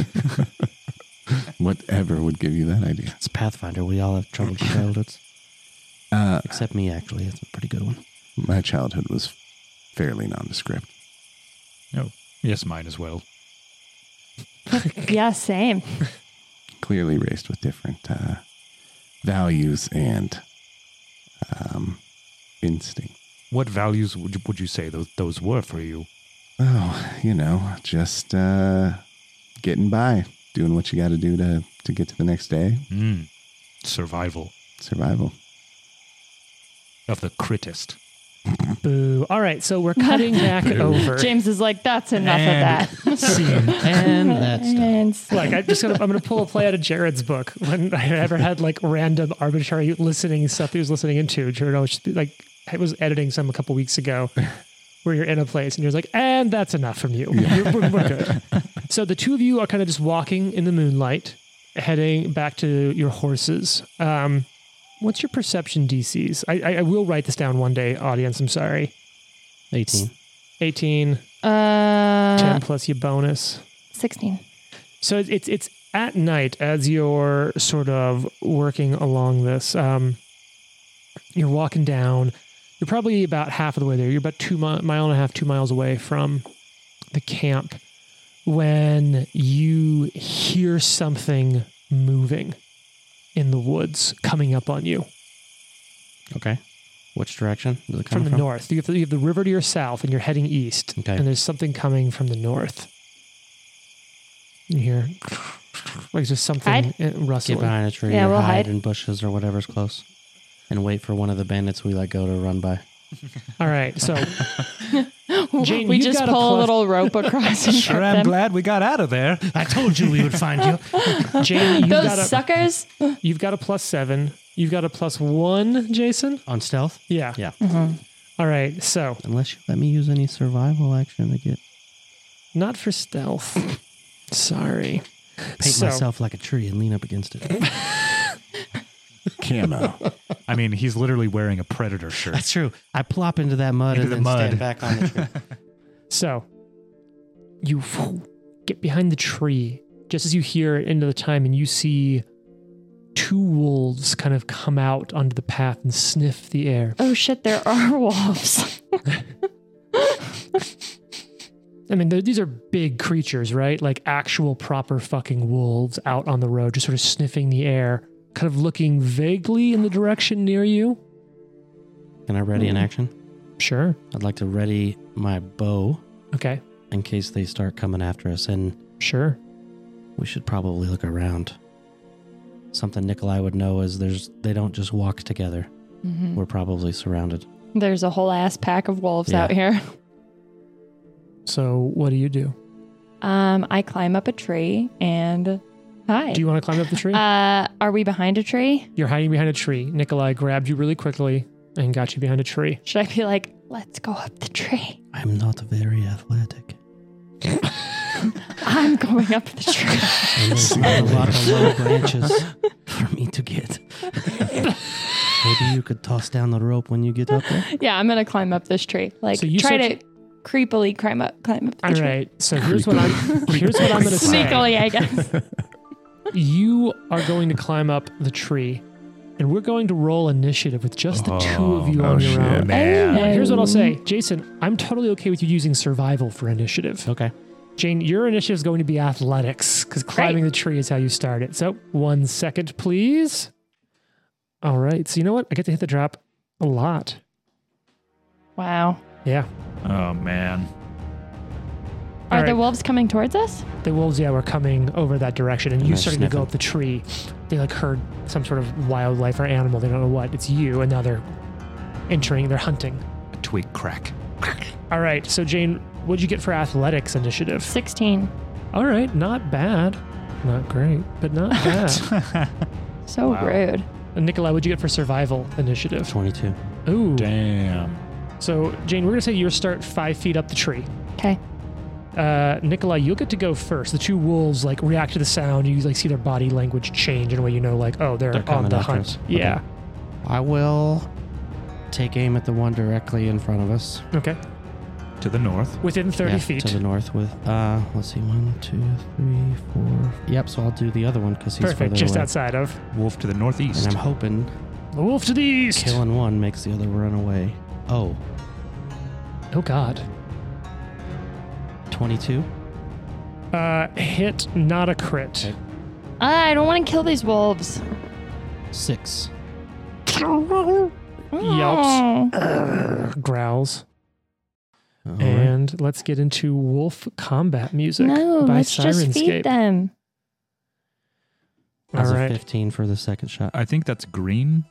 Whatever would give you that idea. It's Pathfinder. We all have troubled childhoods. Uh, Except me, actually. It's a pretty good one. my childhood was fairly nondescript. no. Yes, mine as well. yeah, same. clearly raised with different uh, values and um, instinct. What values would you, would you say those, those were for you? Oh, you know, just uh, getting by, doing what you got to do to to get to the next day. Mm. Survival Survival. of the crittest. Boo. All right, so we're cutting back over. James is like, that's enough And of that. Scene. And that stuff. And s- Like I just gonna, I'm gonna pull a play out of Jared's book when I ever had like random arbitrary listening stuff he was listening into. Jared always just be like I was editing some a couple weeks ago where you're in a place and you're like, and that's enough from you. You're- we're, we're good. so the two of you are kind of just walking in the moonlight, heading back to your horses. Um, what's your perception DCs? I, I, I will write this down one day, audience. I'm sorry. 18. 18, 10 uh, plus your bonus. 16. So it's it's- it's at night as you're sort of working along this. Um, you're walking down. You're probably about half of the way there. You're about two mi- mile and a half, two miles away from the camp when you hear something moving in the woods coming up on you Okay. Which direction does it come from the north. You have, the, you have the river to your south, and you're heading east. Okay. And there's something coming from the north. You hear like there's something Hide? uh, Get rustling. behind a tree Yeah, or we'll hide, hide. in bushes or whatever's close and wait for one of the bandits we let go to run by. All right, so Jane, we you've just got a pull a plus- little rope across and Sure, trip I'm them. glad we got out of there. I told you we would find you. Jane, you've Those got, a, suckers. you've got a plus seven. You've got a plus one, Jason. On stealth? Yeah. Yeah. All right. So Unless you let me use any survival action to get not for stealth. Sorry. paint So- myself like a tree and lean up against it. Camo. I mean, he's literally wearing a predator shirt. That's true. I plop into that mud Into and the then stand mud. back on the tree. So you get behind the tree just as you hear it into the time, and you see two wolves kind of come out onto the path and sniff the air. Oh shit, there are wolves. I mean, they're- these are big creatures, right? Like actual proper fucking wolves out on the road, just sort of sniffing the air, kind of looking vaguely in the direction near you. Can I ready an action? Sure. I'd like to ready my bow Okay. in case they start coming after us. And Sure. we should probably look around. Something Nikolai would know is there's they don't just walk together. We're probably surrounded. Mm-hmm. There's a whole ass pack of wolves Yeah. out here. So, what do you do? Um, I climb up a tree and hi. Do you want to climb up the tree? uh, are we behind a tree? You're hiding behind a tree. Nikolai grabbed you really quickly and got you behind a tree. Should I be like, let's go up the tree? I'm not very athletic. I'm going up the tree. And there's not a lot of low branches for me to get. Maybe you could toss down the rope when you get up there. yeah, I'm gonna climb up this tree. Like, So you try search- to creepily climb up, climb up the All tree. right. So here's what I'm here's what I'm going to say. Sneakily, I guess. you are going to climb up the tree, and we're going to roll initiative with just the two of you Oh, on your shit. own. Man. Hey. Uh, Here's what I'll say, Um, Jason. I'm totally okay with you using survival for initiative. Okay. Jane, your initiative is going to be athletics because climbing the tree is how you start it. So, one second, please. All right. So, you know what? I get to hit the drop a lot. Wow. Yeah. Oh, man. Are All the right. wolves coming towards us? The wolves, yeah, were coming over that direction, and you they're started to go sniffing. up the tree. They like heard some sort of wildlife or animal. They don't know what. It's you, and now they're entering. They're hunting. A twig crack. All right. So, Jane, what'd you get for athletics initiative? 16. All right. Not bad. Not great, but not bad. So Wow. rude. and Nikolai, what'd you get for survival initiative? 22. Ooh. Damn. So, Jane, we're going to say you start five feet up the tree. Okay. Uh, Nikolai, you'll get to go first. The two wolves like react to the sound. You like see their body language change in a way you know, like, oh, they're, They're on coming the after hunt. us. Okay. Yeah. I will take aim at the one directly in front of us. Okay. To the north. Within 30 Yeah, feet. To the north with, uh, let's see, one, two, three, four. Yep, so I'll do the other one because he's Perfect. further Just away. outside of. Wolf to the And northeast. I'm hoping The wolf to the east. killing one makes the other run away. Oh, Oh, God. 22? Uh, hit, not a crit. Okay. Uh, I don't want to kill these wolves. Six. Oh, Yelps. Growls. All right. and let's get into wolf combat music No, by let's just feed Sirenscape. them. All That's a right, 15 for the second Uh, shot. I think that's green.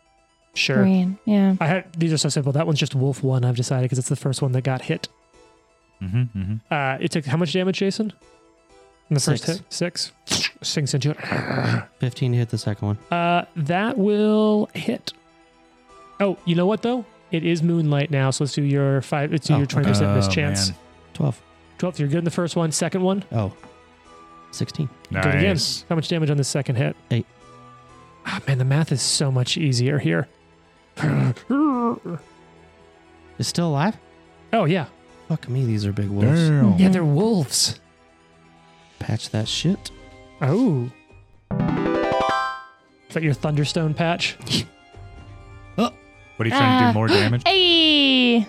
sure. Green. Yeah. I had these are so simple. That one's just wolf one. I've decided because it's the first one that got hit. hmm hmm Uh, it took how much damage, Jason? In the Six. first hit, six sinks into it. 15 to hit the second one. Uh, that will hit. Oh, you know what though? It is moonlight now, so let's do your five. Let's do Oh, your okay. twenty percent miss Oh, chance. man. 12. Twelve. You're good in the first one. Second one. Oh. 16. Good again. Nice. How much damage on the second hit? Eight. Ah, man, the math is so much easier here. oh Is still alive? yeah, Fuck me, these are big wolves. Damn. yeah, they're wolves. Patch that shit. Oh. Is that your Thunderstone patch? What are you trying to Ah. do? More damage? Hey,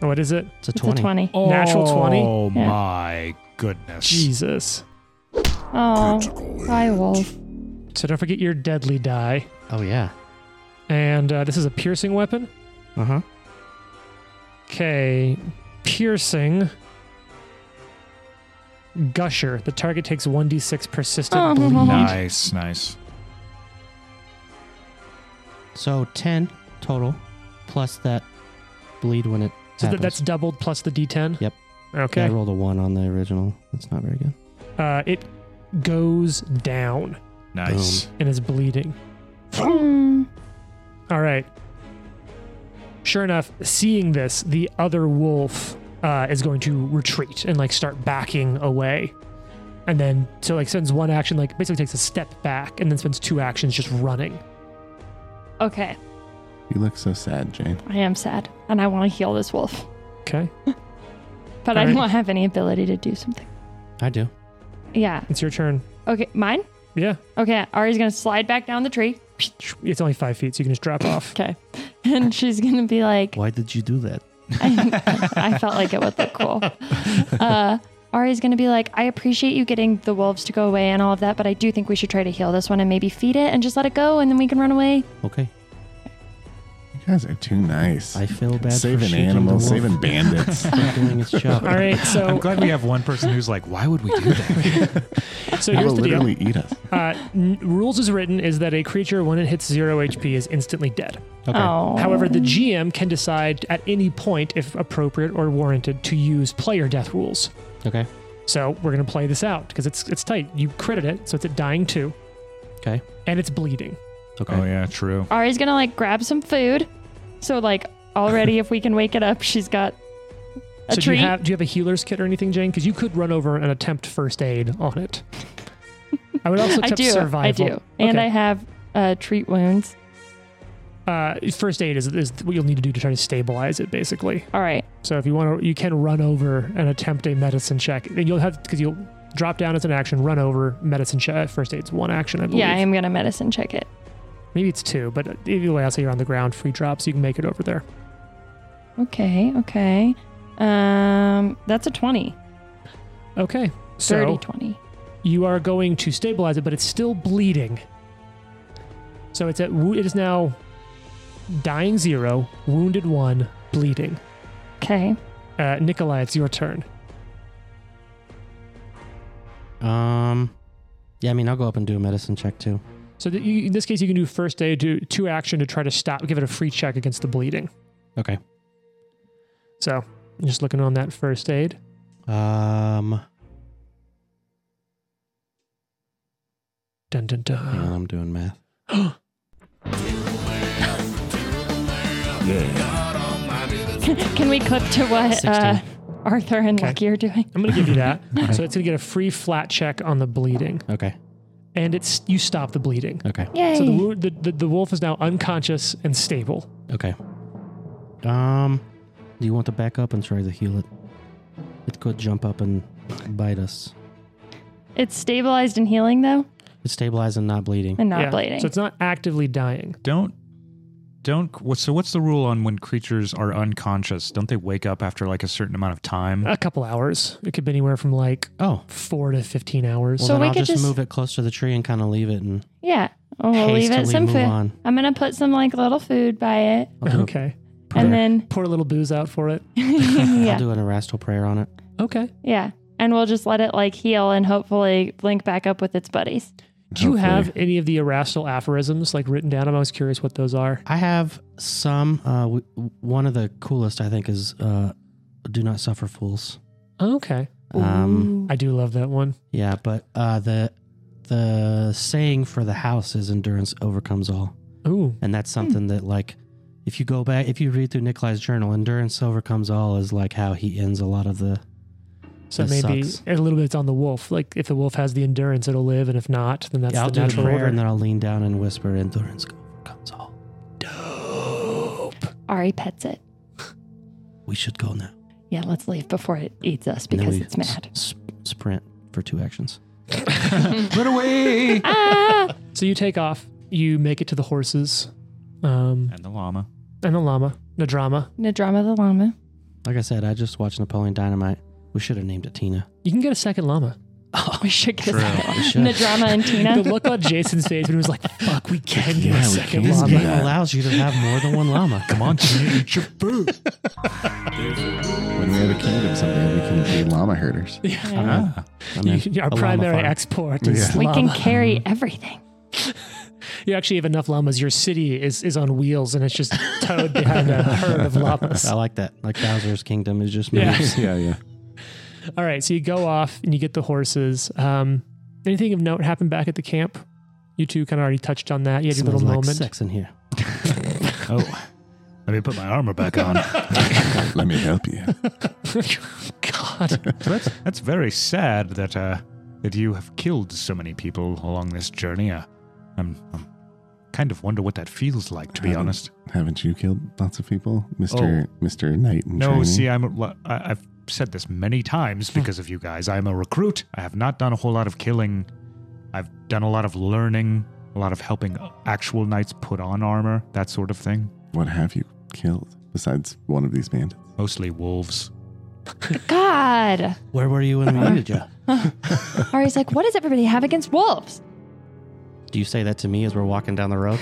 What is it? It's a it's 20. a twenty. Oh, Natural 20? Oh Yeah. my goodness. Jesus. Oh, bye, wolf. So don't forget your deadly die, Oh, yeah. and uh, this is a piercing weapon. Uh Uh-huh. huh. Okay, piercing. Gusher. The target takes 1d6 persistent Oh. bleed. Nice, nice. So 10 total plus that bleed when it. So th- happens. that's doubled plus the d10? Yep. Yeah, Okay. I rolled a 1 on the original. That's not very good. Uh, it goes down Nice. and is bleeding. Hmm. All right. Sure enough, seeing this, the other wolf uh, is going to retreat and like start backing away. And then, so like spends one action, like basically takes a step back and then spends two actions just running. Okay, You look so sad, Jane. I am sad, and I want to heal this wolf, Okay. but I All right. don't have any ability to do something. I do. Yeah. It's your turn. Okay, mine. Yeah. Okay, Ari's gonna slide back down the tree. It's only five feet, so you can just drop off. Okay, and she's gonna be like, Why did you do that? I, I felt like it would look cool. Uh, Ari's going to be like, I appreciate you getting the wolves to go away and all of that, but I do think we should try to heal this one and maybe feed it and just let it go and then we can run away. Okay. You guys are too nice. I feel bad for saving shooting animals, the wolf saving bandits. for doing its job. All right. I'm So, glad we have one person who's like, why would we do that? so they will here's the deal. literally eat us. Uh, n- rules is written is that a creature, when it hits zero HP, is instantly dead. Okay. Oh. However, the GM can decide at any point, if appropriate or warranted, to use player death rules. Okay. So we're gonna play this out because it's it's tight. You critted it, so it's at dying two, Okay. and it's bleeding. Okay. oh, yeah, true. Ari's going to like grab some food. So, like, already if we can wake it up, she's got a so do treat. you have do you have a healer's kit or anything, Jane? Because you could run over and attempt first aid on it. I would also I attempt do. survival. I do. And I Okay. have uh, treat wounds. uh, first aid is, is what you'll need to do to try to stabilize it, basically. All right. So if you want to, you can run over and attempt a medicine check. Then you'll have because you'll drop down as an action, run over medicine check. First aid's one action, I believe. Yeah, I am going to medicine check it. maybe it's two, but either way, I'll say you're on the ground, free drops. You can make it over there. Okay. Okay. Um, That's a 20. Okay, so 30, 20. you are going to stabilize it, but it's still bleeding. So it's at wo- it is now dying zero, wounded one, bleeding. Okay. Uh, Nikolai, it's your turn. Um. Yeah, I mean, I'll go up and do a medicine check too. So that you, in this case, you can do first aid, do two action to try to stop, give it a free check against the bleeding. Okay. So just looking on that first aid. Um. Dun dun hang dun. on, I'm doing math. Can we clip to what uh, 16. Arthur and Okay. Lucky are doing? I'm gonna give you that. So it's gonna get a free flat check on the bleeding, Okay. and it's you stop the bleeding. Okay. Yay. So the, wo- the, the the wolf is now unconscious and stable. Okay. Um. Do you want to back up and try to heal it? It could jump up and bite us. it's stabilized and healing though, It's stabilized and not bleeding. and not Yeah. bleeding. So it's not actively dying. Don't, don't, what, so what's the rule on when creatures are unconscious? Don't they wake up after like a certain amount of time? Uh. A couple hours. It could be anywhere from like Oh. four to fifteen hours. Well, So then we I'll could just, just- move it close to the tree and kind of leave it and yeah. Oh, we'll leave hastily it some move food. on. I'm gonna put some like little food by it. I'll do a okay. prayer. And then, Pour a little booze out for it. I'll yeah, do an Erastal prayer on it. Okay. yeah. And we'll just let it like heal and hopefully link back up with its buddies. Do you Hopefully. have any of the irrational aphorisms like written down? I'm always curious what those are. I have some. Uh, w- one of the coolest, I think, is uh, "Do not suffer fools." Okay. Um, I do love that one. yeah, but uh, the the saying for the house is "Endurance overcomes all," Ooh. and Hmm. that's something that, like, if you go back, if you read through Nikolai's journal, "Endurance overcomes all" is like how he ends a lot of the. So This maybe sucks. a little bit it's on the wolf. Like if the wolf has the endurance, it'll live, and if not, then that's Yeah, I'll the do a natural prayer order. and then I'll lean down and whisper, "Endurance overcomes all." Ari pets it. We should go now. Yeah, let's leave before it eats us And then because we it's mad. s- s- sprint for two actions. Run away! ah! So you take off. You make it to the horses, um, and the llama. and the llama, the drama. Nadrama the llama. Like I said, I just watched Napoleon Dynamite. We should have named it Tina. You can get a second llama. Oh, We should get a True. second one. We should. Nadrama and The Tina. look on Jason's face when he was like, "Fuck, we can get Yeah, a we second can This Llama. llama." game allows you to have more than one llama. Come on, Tina, eat your food. When we have a kingdom someday, we can be llama herders. Yeah. I You- mean, our a llama primary farm. export is Yeah. We llama. can carry everything. you actually have enough llamas. Your city is is on wheels, and it's just towed behind a herd of llamas. I like that. Like Bowser's Kingdom is just Yeah. moves. yeah, yeah. All right, so you go off and you get the horses. Um, anything of note happened back at the camp? You two kind of already touched on that. You had your little Smells moment. like sex in here. Oh, let me put my armor back on. Let me help you. God, So that's that's very sad that uh, that you have killed so many people along this journey. Uh, I'm, I'm kind of wonder what that feels like, to be Haven't- honest. Haven't you killed lots of people, Mister Mister Knight? In No, training? Hmm. see, I'm a- I- I've said this many times because of you guys. I'm a recruit. I have not done a whole lot of killing. I've done a lot of learning, a lot of helping actual knights put on armor, that sort of thing. what have you killed besides one of these bandits? Mostly wolves. God. Where were you when we needed you? Ari's like, what does everybody have against wolves? Do you say that to me as we're walking down the road?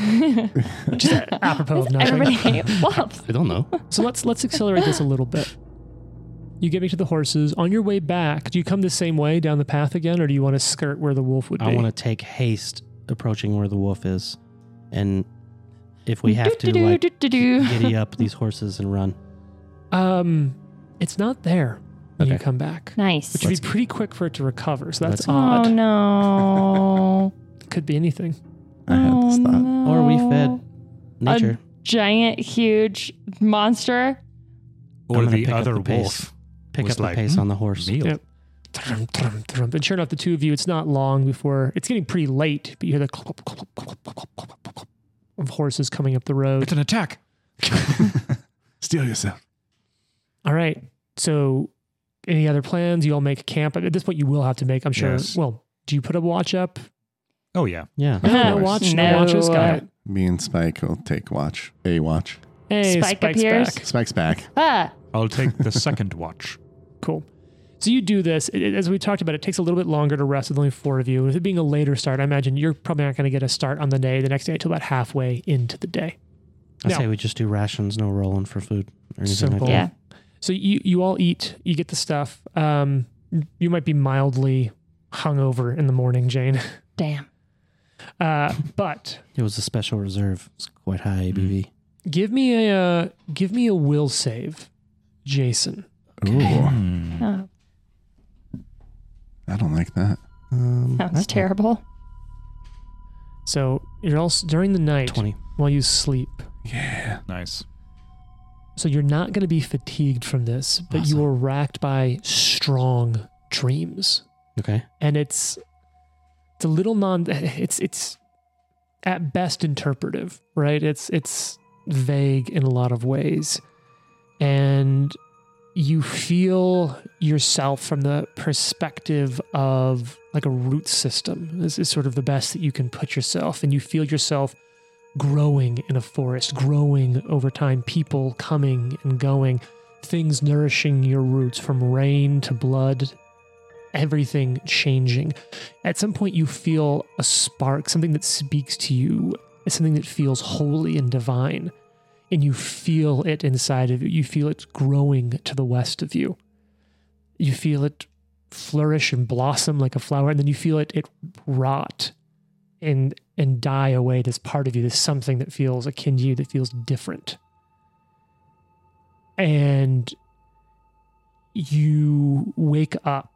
just apropos of nothing. Everybody hate wolves. I don't know. So let's let's accelerate this a little bit. You get back to the horses. On your way back, do you come the same way down the path again, or do you want to skirt where the wolf would be? I want to take haste approaching where the wolf is, and if we have to, like, Do-do-do-do-do. giddy up these horses and run. Um, it's not there when you Okay. come back, Nice. which would be pretty quick for it to recover. So that's Let's- Oh odd. no. Could be anything. I had this Oh, thought. no. Or we fed nature. Giant, huge monster. Or I'm gonna the pick up other the pace. wolf. Pick was up the like, pace "Hmm, on the horse. Meal. Yep. Thrum, thrum, thrum. And sure enough, the two of you, it's not long before it's getting pretty late, but you hear the clop, clop, clop, clop, clop, clop, clop of horses coming up the road. It's an attack. Steal yourself. All right. So, any other plans? You all make camp. At this point, you will have to make, I'm sure. Yes. Well, do you put a watch up? Oh yeah. Yeah. Of No course. watch. No. No watches. Got it. Me and Spike will take watch. A watch. Hey, Spike Spike's appears. back. Spike's back. Ah, I'll take the second watch. Cool. So you do this. It- it- As we talked about, it takes a little bit longer to rest with only four of you. With it being a later start, I imagine you're probably not going to get a start on the day the next day until about halfway into the day. I No. say we just do rations, no rolling for food or anything Simple. like that. yeah. So you you all eat, you get the stuff. Um, you might be mildly hungover in the morning, Jane. Damn. Uh, but It was a special reserve. It's quite high ABV. give me a uh, give me a will save, Jason. Ooh, Oh, I don't like that. Mm. Um, sounds I- terrible. So you're also during the night 20. while you sleep. Nice. So you're not going to be fatigued from this, but you are racked by strong dreams. Okay. and it's it's a little non it's it's at best interpretive right it's it's vague in a lot of ways and you feel yourself from the perspective of like a root system this is sort of the best that you can put yourself and you feel yourself growing in a forest growing over time people coming and going things nourishing your roots from rain to blood everything changing. At some point, you feel a spark, something that speaks to you, something that feels holy and divine. and you feel it inside of you. You feel it growing to the west of you. You feel it flourish and blossom like a flower, and then you feel it it rot and and die away. This part of you, this something that feels akin to you, that feels different, and you wake up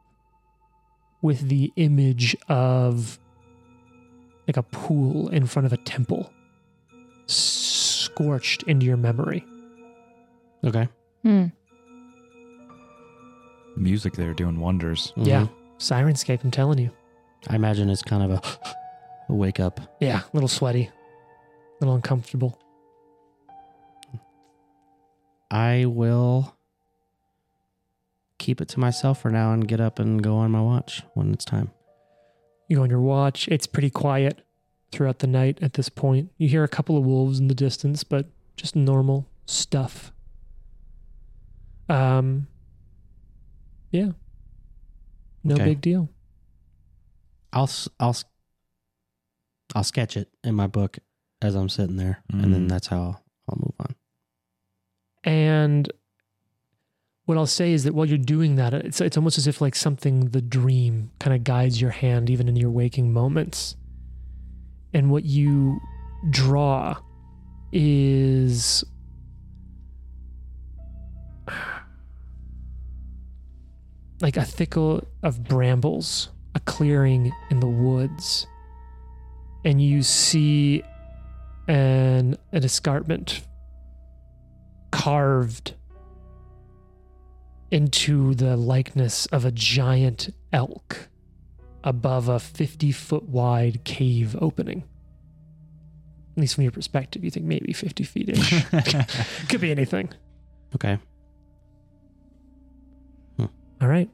with the image of like a pool in front of a temple scorched into your memory. Okay. Hmm. The music there doing wonders. Yeah. Mhm. Sirenscape, I'm telling you. Mm-hmm. I imagine it's kind of a, a wake up. Yeah. A little sweaty, a little uncomfortable. I will keep it to myself for now and get up and go on my watch when it's time. You go on your watch. It's pretty quiet throughout the night at this point. You hear a couple of wolves in the distance, but just normal stuff. Um, yeah. No Okay. big deal. I'll s- I'll s- I'll sketch it in my book as I'm sitting there, and then Mm. that's how I'll, I'll move on. And what I'll say is that while you're doing that, it's it's almost as if like something the dream kind of guides your hand even in your waking moments. And what you draw is like a thicket of brambles, a clearing in the woods. And you see an an escarpment carved into the likeness of a giant elk above a 50 foot wide cave opening. At least from your perspective, you think maybe 50 feet ish. Could be anything. Okay. All right.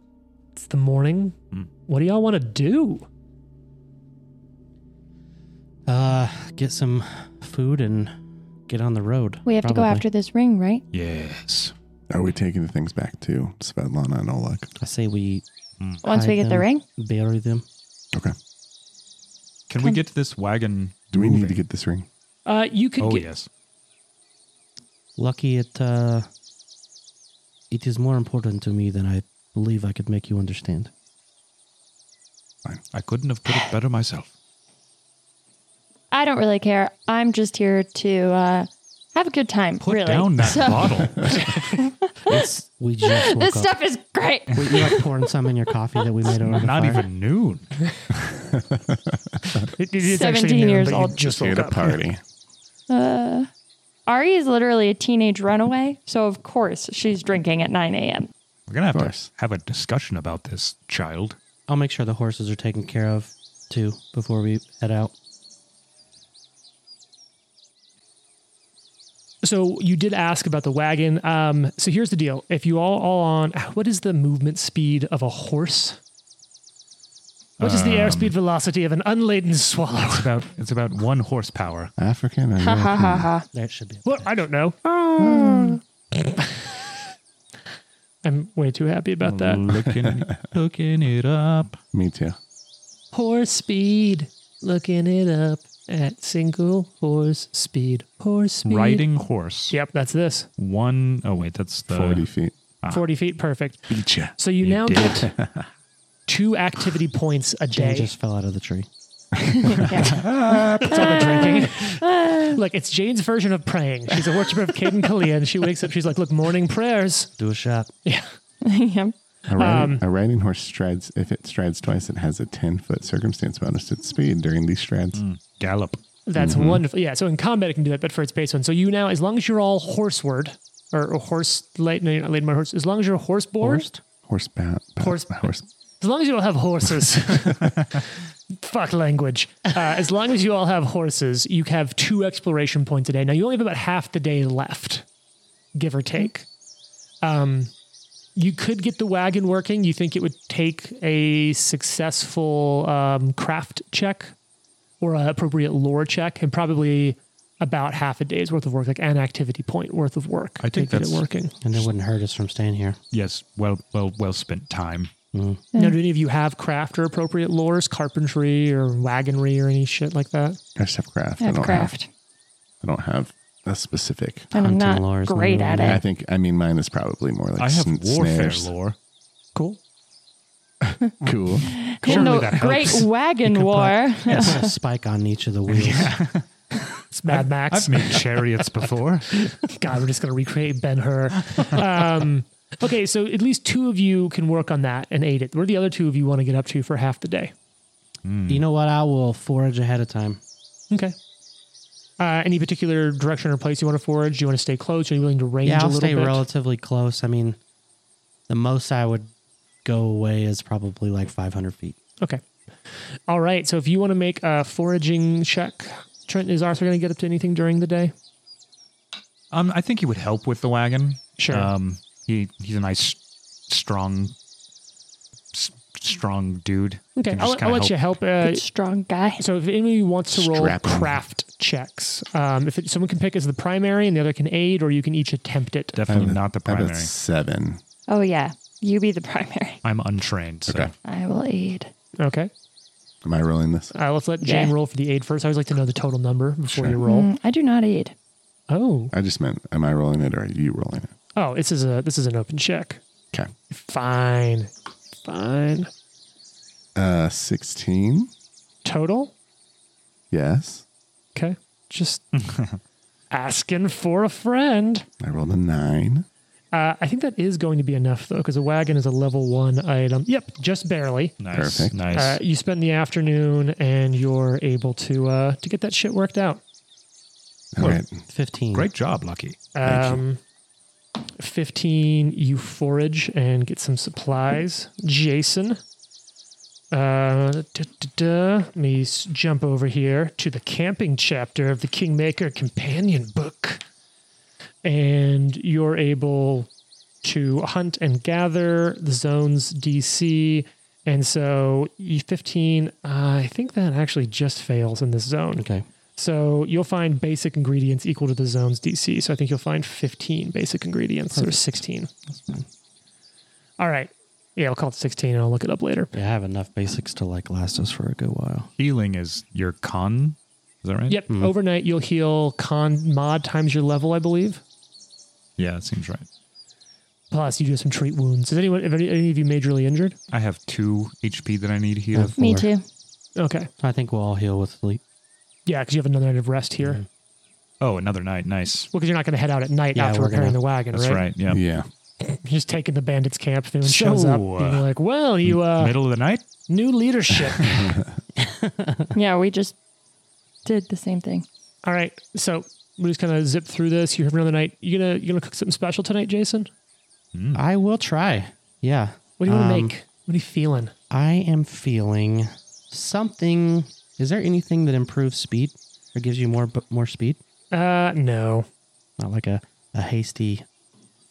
It's the morning. Hmm. What do y'all want to do? Uh, get some food and get on the road. We have to go probably. after this ring, right? yes. Are we taking the things back to Svetlana and Oleg? I say we Once we Hide get the them. ring, bury them. Okay. Can we get this wagon? Do we need to moving? get this ring? Uh, you could Oh get. yes. Lucky it. Uh, it is more important to me than I believe I could make you understand. I couldn't have put it better myself. I don't really care. I'm just here to uh, have a good time. Put really. down that So- bottle. It's we just woke this up. stuff is great. Wait, you like pouring some in your coffee that we made over the Not fire? even noon. It, it is actually 17 noon, years but you old. Just At woke a up. party. Uh, Ari is literally a teenage runaway, so of course she's drinking at 9 a.m. We're gonna have Of to course. have a discussion about this, child. I'll make sure the horses are taken care of too before we head out. So you did ask about the wagon. Um, so here's the deal: if you all all on, what is the movement speed of a horse? What Um, is the airspeed velocity of an unladen swallow? It's about it's about one horsepower. African and That should be. Well, I don't know. I'm way too happy about Mm. that. Looking, looking it up. Me too. Horse speed, looking it up at single horse speed. Horse speed. Riding horse. Yep, that's this. One oh wait, that's the 40 feet. 40 feet, perfect. Beat ya. So you, now Ah. did get two activity points a Jane day. just fell out of the tree. That's all the drinking. Look, it's Jane's version of praying. She's a worshiper of Caden Kalia, and she wakes up. She's like, "Look, morning prayers." Do a shot. Yeah. yep. A riding, Um, a riding horse strides, if it strides twice, it has a 10 foot circumstance bonus to its speed during these strides. gallop. That's wonderful. Yeah. So in combat, it can do that, but for its base one. So you now, as long as you're all horseward or, or horse late, no, you're not late my horse. As long as you're horse board, First, Horse bat. bat- Horse- horse. as long as you all have horses. Fuck language. Uh, as long as you all have horses, you have two exploration points a day. Now you only have about half the day left, give or take. Um, you could get the wagon working. You think it would take a successful um, craft check or an appropriate lore check, and probably about half a day's worth of work, like an activity point worth of work. I think to get it that's- working. and it wouldn't hurt us from staying here. Yes, well, well, well spent time. Now, do any of you have craft or appropriate lores, carpentry or wagonry or any shit like that? I just have craft. I I have don't craft. Have, I don't have that's specific. And I'm Hunting not lore is great not at really I it. think I mean mine is probably more like I have sn- warfare snares. lore. Cool. Cool. In Surely the that Great helps. Wagon War. Yes, a spike on each of the wheels. It's Mad Max. I've made chariots before. God, we're just going to recreate Ben Hur. Um, okay, so at least two of you can work on that and aid it. Where do the other two of you want to get up to for half the day? You know what? I will forage ahead of time. Okay. Uh, any particular direction or place you want to forage? Do you want to stay close? Are you willing to range Yeah, a I'll little stay bit? relatively close. I mean, the most I would go away is probably like 500 feet. okay. All right. So if you want to make a foraging check, Trent is Arthur going to get up to anything during the day? Um, I think he would help with the wagon. Sure. Um, he he's a nice, strong, s- strong dude. Okay, Can I'll, just I'll kinda let you help. Uh, Good strong guy. so if anybody wants to roll Strapping. craft checks, um, if it, someone can pick as the primary and the other can aid, or you can each attempt it. I have Definitely a- not the I have a primary. seven. Oh yeah, you be the primary. I'm untrained. So. Okay. I will aid. Okay, Am I rolling this? uh, let's let Yeah. Jane roll for the aid first. I always like to know the total number before Sure. you roll. Mm, I do not aid. Oh, I just meant, am I rolling it or are you rolling it? oh, this is a this is an open check. Okay. Fine, fine. Uh, 16. Total. Yes. Okay, just asking for a friend. I rolled a nine. Uh, I think that is going to be enough though, because a wagon is a level one item. Yep, just barely. Nice. Perfect. Nice. Uh, you spend the afternoon and you're able to uh, to get that shit worked out. All Well, right. 15. Great job, Lucky. Thank Um, Fifteen, you forage and get some supplies. Jason, uh, da, da, da. let me s- jump over here to the camping chapter of the Kingmaker Companion Book, and you're able to hunt and gather the zones DC. And so E15, uh, I think that actually just fails in this zone. Okay. So you'll find basic ingredients equal to the zone's DC. So I think you'll find 15 basic ingredients or 16. That's fine. All right. Yeah, I'll call it 16 and I'll look it up later. Yeah, I have enough basics to like last us for a good while. Healing is your con. Is that right? Yep. Mm-hmm. Overnight, you'll heal con mod times your level, I believe. Yeah, it seems right. Plus, you do some treat wounds. Is anyone, have any, any of you majorly injured? I have two HP that I need Oh. healed. Me Four. too. Okay. I think we'll all heal with sleep. Yeah, because you have another night of rest here. Mm-hmm. Well, Oh, another night. Nice. because you're not going to head out at night Yeah, after we're repairing gonna- the wagon, That's right? right. Yeah. Yeah. You're just taking the bandits' camp. If anyone shows up, So, you're like, well, you, uh, Middle of the night. new leadership. Yeah, we just did the same thing. All right, so we're just gonna zip through this. You have another night. You gonna you gonna cook something special tonight, Jason? I will try. Yeah. What do you want to Um, make? What are you feeling? I am feeling something. Is there anything that improves speed or gives you more bu- more speed? Uh, no. Not like a, a hasty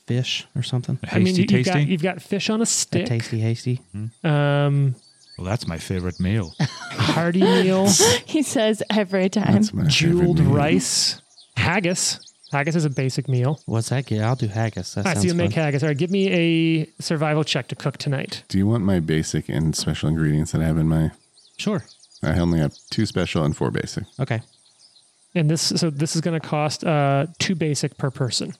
fish or something. Hasty I mean, you, you've tasty. got you've got fish on a A stick. tasty hasty. Um, well, that's my favorite meal. hearty meal, He says every time. That's my favorite jeweled meal. rice, haggis. Haggis is a basic meal. What's that? Yeah, I'll do haggis. That All right, sounds so you fun. make haggis. All right, give me a survival check to cook tonight. Do you want my basic and special ingredients that I have in my? sure. I only have two special and four basic. Okay. And this so this is gonna cost uh two basic per person.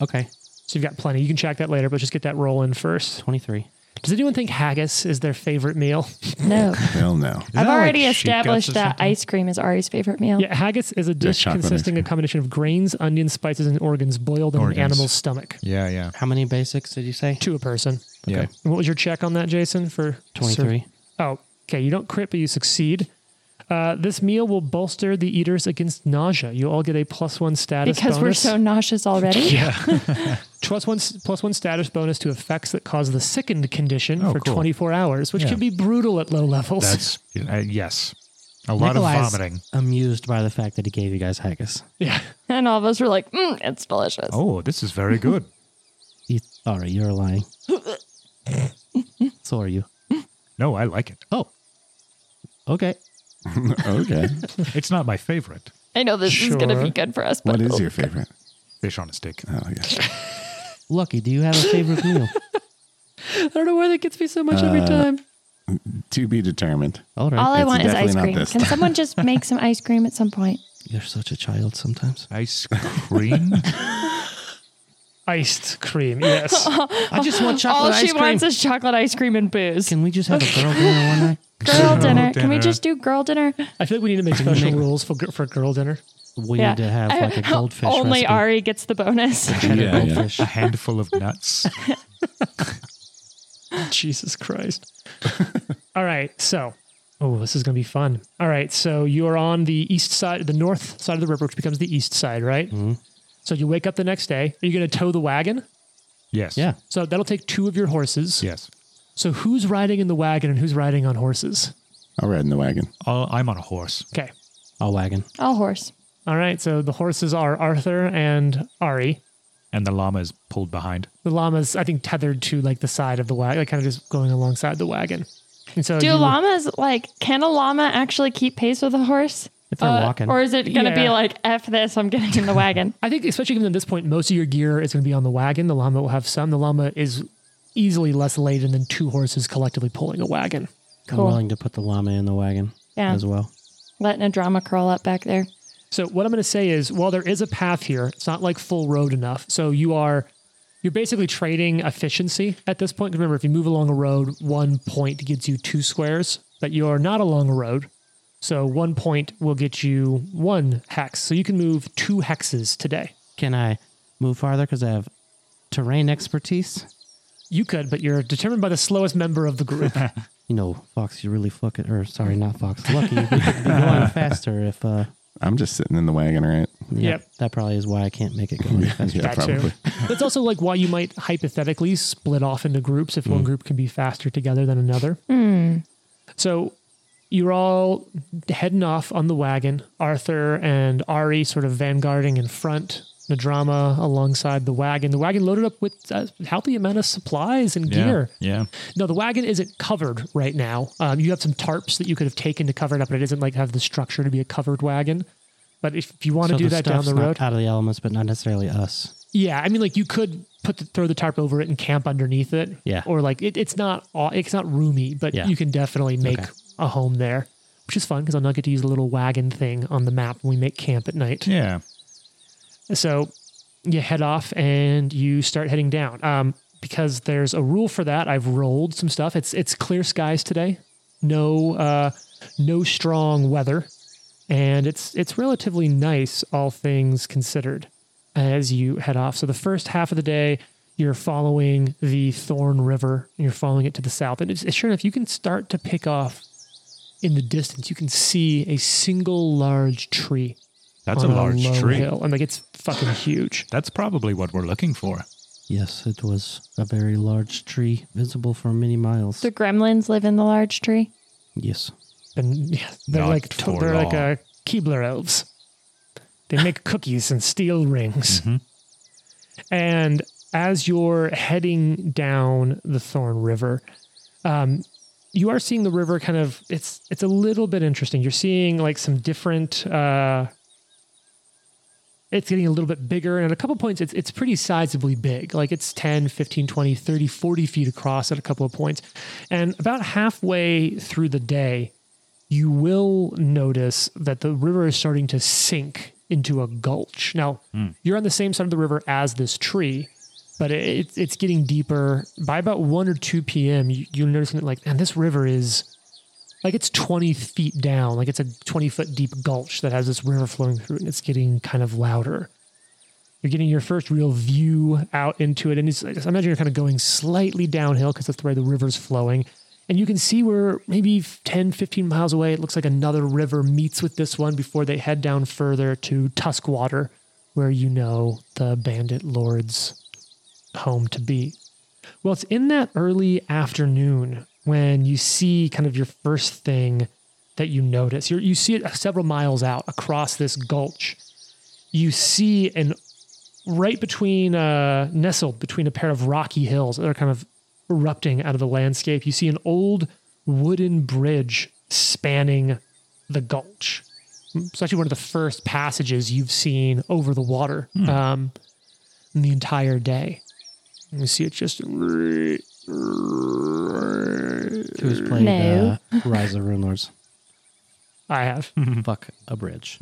Okay. So you've got plenty. You can check that later, but just get that roll in first. Twenty three. Does anyone think haggis is their favorite meal? No. Hell no. that like I've already sheep guts or established that something? ice cream is Ari's favorite meal. Yeah, haggis is a dish chocolate ice consisting of cream. a combination of grains, onions, spices, and organs boiled in Organs. an animal's stomach. Yeah. Yeah. How many basics did you say? To a person. Yeah. And what was your check on that, Jason? For Twenty three. Oh, okay. You don't crit, but you succeed. Uh, this meal will bolster the eaters against nausea. You all get a plus one status Because we're bonus. so nauseous already. plus one plus one status bonus to effects that cause the sickened condition Oh, for cool. 24 hours, which Yeah. can be brutal at low levels. That's uh, yes. A lot Nikolai's of vomiting. Amused by the fact that he gave you guys haggis. yeah. And all of us were like, mm, it's delicious. Oh, this is very good. You, all right, you're lying. so are you. no, I like it. Oh. Okay. okay. It's not my favorite. I know this is going to Sure. be good for us. But What is your favorite? Fish on a stick. Oh yeah. Lucky, do you have a favorite meal? I don't know why that gets me so much Uh, every time. To be determined. All right. All I It's want is definitely ice not cream. this. Can someone just make some ice cream at some point? You're such a child sometimes. Ice cream? Iced cream. Yes. I just want chocolate All ice she cream. wants is chocolate ice cream and booze. Can we just have a girl dinner one night? girl dinner. Can we dinner. just do girl dinner? I feel like we need to make special rules for gir- for girl dinner. We need to have I- like a goldfish. Only recipe. Ari gets the bonus. Yeah, yeah. A handful of nuts. Jesus Christ. All right. So, oh, this is going to be fun. All right. So, you're on the east side, the north side of the river, which becomes the east side, right? So, you wake up the next day. Are you going to tow the wagon? Yes. Yeah. So, that'll take two of your horses. Yes. So, who's riding in the wagon and who's riding on horses? I'll ride in the wagon. Oh, I'm on a horse. Okay. A wagon. All horse. All right. So, the horses are Arthur and Ari. And the llama is pulled behind. The llama's, I think, tethered to like the side of the wagon, like kind of just going alongside the wagon. And so, Do you- llamas like can a llama actually keep pace with a horse? If they're Uh, walking. Or is it gonna be Yeah. like F this, I'm getting in the wagon. I think, especially given at this point, most of your gear is going to be on the wagon. The llama will have some. The llama is easily less laden than two horses collectively pulling a wagon. I'm Cool. willing to put the llama in the wagon Yeah. as well. Letting a drama curl up back there. So what I'm going to say is, while there is a path here, it's not like full road enough. So you are, you're basically trading efficiency at this point. Remember, if you move along a road, one point gives you two squares, but you are not along a road. So one point will get you one hex. So you can move two hexes today. Can I move farther because I have terrain expertise? You could, but you're determined by the slowest member of the group. You know, Fox, you really fucking, or sorry, not Fox. Lucky, we could be going faster if, uh, I'm just sitting in the wagon, right? yeah, Yep. that probably is why I can't make it go any faster. Yeah, That too. probably. That's also like why you might hypothetically split off into groups if one group can be faster together than another. So you're all heading off on the wagon. Arthur and Ari sort of vanguarding in front. The drama alongside the wagon. The wagon loaded up with a healthy amount of supplies and gear. Yeah. No, the wagon isn't covered right now. Um, you have some tarps that you could have taken to cover it up, but it doesn't like have the structure to be a covered wagon. But if, if you want to So do the that down stuff's the not road, out of the elements, but not necessarily us. yeah, I mean, like you could put the, throw the tarp over it and camp underneath it. Yeah. Or like it, it's not all it's not roomy, but Yeah. you can definitely make Okay. a home there, which is fun because I'll not get to use a little wagon thing on the map when we make camp at night. Yeah. So you head off and you start heading down. Um, because there's a rule for that. I've rolled some stuff. It's it's clear skies today. No uh no strong weather. And it's it's relatively nice, all things considered, as you head off. So the first half of the day, you're following the Thorn River and you're following it to the south. And it's, sure enough, you can start to pick off in the distance. You can see a single large tree That's a on large low tree. hill, and like it's fucking huge. That's probably what we're looking for. Yes, it was a very large tree, visible for many miles. The gremlins live in the large tree. Yes. And yeah, they're Not like to- for they're like long. uh, Keebler elves. They make cookies and steel rings. Mm-hmm. And as you're heading down the Thorn River, um, you are seeing the river kind of it's it's a little bit interesting. You're seeing like some different. Uh, it's getting a little bit bigger and at a couple points it's, it's pretty sizably big like it's 10 15 20 30 40 feet across at a couple of points and about halfway through the day you will notice that the river is starting to sink into a gulch now you're on the same side of the river as this tree but it, it's it's getting deeper by about 1 or 2 p.m you, you're noticing that like man this river is like it's 20 feet down like it's a 20 foot deep gulch that has this river flowing through it and it's getting kind of louder you're getting your first real view out into it and it's, i imagine you're kind of going slightly downhill because that's the way the river's flowing and you can see where maybe 10 15 miles away it looks like another river meets with this one before they head down further to tuskwater where you know the bandit lord's home to be well, it's in that early afternoon when you see kind of your first thing that you notice. You're, you see it several miles out across this gulch. You see an right between uh, nestled between a pair of rocky hills that are kind of erupting out of the landscape. You see an old wooden bridge spanning the gulch. It's actually one of the first passages you've seen over the water Hmm. um, in the entire day. You see it just Who's played No. uh, Rise of Rune Lords? I have. Hmm. Mm-hmm. Fuck a bridge.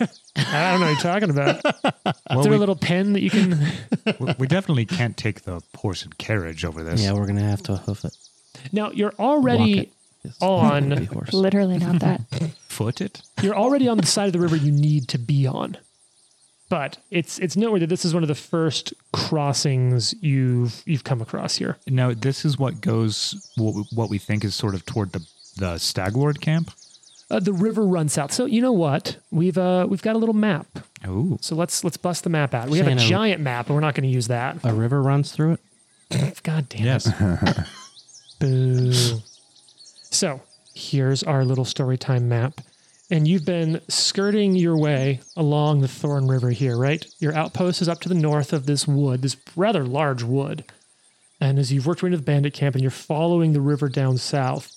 I don't know what you're talking about. Well, Is there we, a little pen that you can? we- we definitely can't take the horse and carriage over this. yeah, we're gonna have to hoof it. Now you're Walk already it. Yes. on- Baby horse. Literally not that. Foot it? you're already on the side of the river you need to be on. But it's it's noteworthy that this is one of the first crossings you've you've come across here. Now, this is what goes, what we, what we think is sort of toward the, the Stag Lord camp. Uh, the river runs south. So you know what? We've uh we've got a little map. Oh, So let's let's bust the map out. We have a Shannon. giant map, but we're not going to use that. A river runs through it. God damn yes. Boo. So here's our little story time map. And you've been skirting your way along the Thorn River here, right? Your outpost is up to the north of this wood, this rather large wood. And as you've worked your way into the bandit camp and you're following the river down south,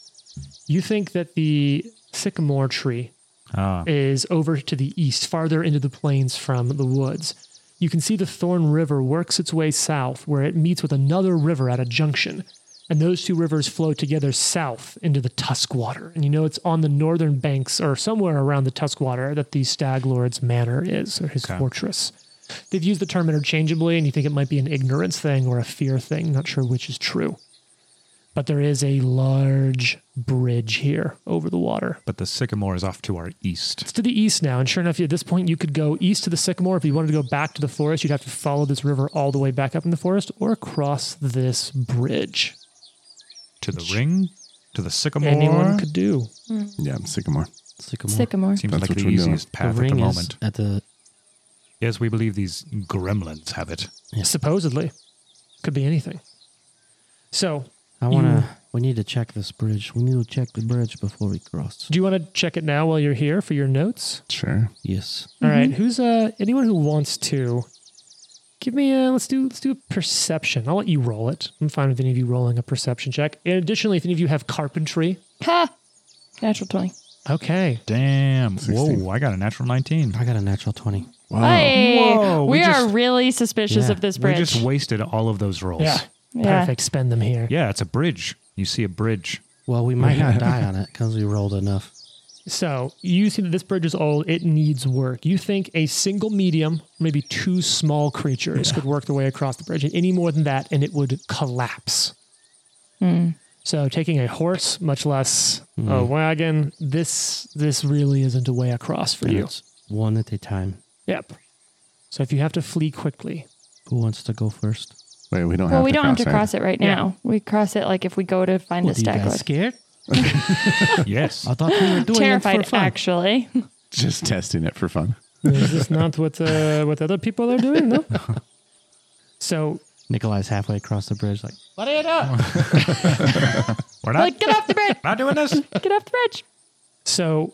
you think that the sycamore tree Ah. is over to the east, farther into the plains from the woods. You can see the Thorn River works its way south, where it meets with another river at a junction. And those two rivers flow together south into the Tuskwater. And you know it's on the northern banks or somewhere around the Tuskwater that the Stag Lord's manor is, or his fortress. They've used the term interchangeably, and you think it might be an ignorance thing or a fear thing. Not sure which is true. But there is a large bridge here over the water. But the sycamore is off to our east. It's to the east now, and sure enough, at this point, you could go east to the sycamore. If you wanted to go back to the forest, you'd have to follow this river all the way back up in the forest or across this bridge. To the ring? To the sycamore? Anyone could do. Yeah, Sycamore. Sycamore. Sycamore. Seems That's like what the we're doing. easiest The path at the ring is moment. at the Yes, we believe these gremlins have it. Supposedly, could be anything. So, I want to. We need to check this bridge. We need to check the bridge before we cross. do you want to check it now while you're here for your notes? Sure. Yes. All right. Who's uh anyone who wants to? Give me a let's do let's do a perception. I'll let you roll it. I'm fine with any of you rolling a perception check. And additionally, if any of you have carpentry, Ha! Natural 20. okay, Damn. 16. Whoa, I got a natural 19. I got a natural twenty. Wow. Hey, Whoa, we, we are just- really suspicious Yeah, of this We bridge. just wasted all of those rolls. Yeah. Yeah. Perfect. Spend them here. Yeah, it's a bridge. You see a bridge. Well, we might not die on it because we rolled enough. So you see that this bridge is old. It needs work. You think a single medium, maybe two small creatures, could work their way across the bridge, and any more than that, and it would collapse. Hmm. So taking a horse, much less a wagon, this this really isn't a way across for And you. it's one at a time. Yep. So if you have to flee quickly, Who wants to go first? Wait, we don't have Well, we to don't cross have to cross it right now. We cross it like if we go to find a What, are you stag guys lord. scared? Yes. I thought we were doing it Terrified, for fun. actually. Just testing it for fun. is this not what uh, what other people are doing? No. So Nikolai's halfway across the bridge, like We're not, like, get off the bridge! not doing this. Get off the bridge! So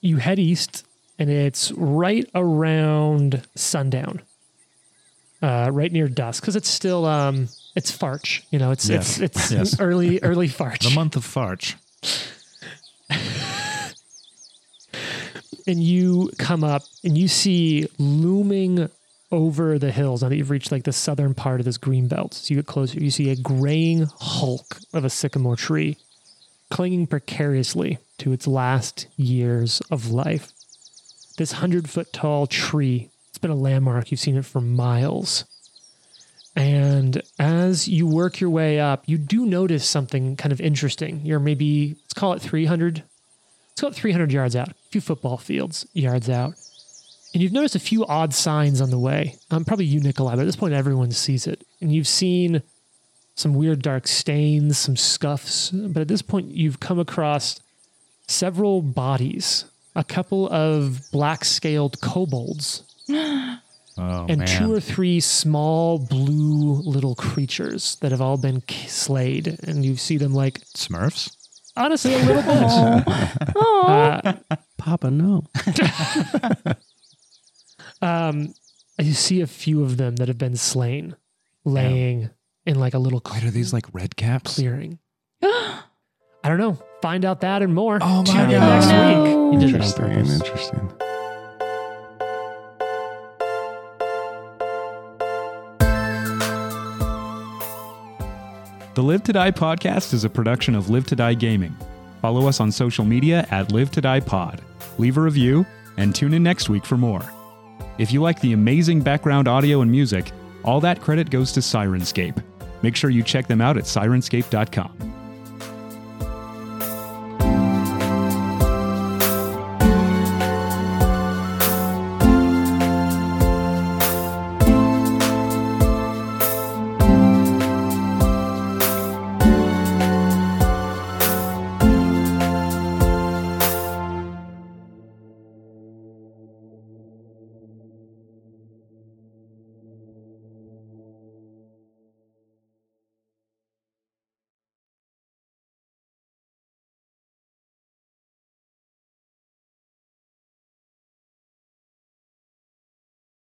you head east, and it's right around sundown, uh, right near dusk, because it's still um, it's Farch. You know, it's Yes. it's it's Yes. early early Farch. The month of Farch. and you come up and you see looming over the hills now that you've reached like the southern part of this green belt so you get closer you see a graying hulk of a sycamore tree clinging precariously to its last years of life this hundred foot tall tree it's been a landmark you've seen it for miles and as you work your way up you do notice something kind of interesting you're maybe let's call it 300 it's about 300 yards out, a few football fields yards out. And you've noticed a few odd signs on the way. Um, probably you, Nikolai, but at this point, everyone sees it. And you've seen some weird dark stains, some scuffs. But at this point, you've come across several bodies, a couple of black scaled kobolds, Oh, and man. two or three small blue little creatures that have all been k- slayed. And you see them like, Smurfs? honestly, a little bit. Oh, Papa, no. you Um, see a few of them that have been slain, laying in like a little Wait, are these like red caps? clearing. I don't know. Find out that and more. Oh, my Tune in God. next no. week. You did it on Interesting. purpose. Interesting. The Live to Die podcast is a production of Live to Die Gaming. Follow us on social media at Live to Die Pod. leave a review, and tune in next week for more. If you like the amazing background audio and music, all that credit goes to Sirenscape. Make sure you check them out at sirenscape.com.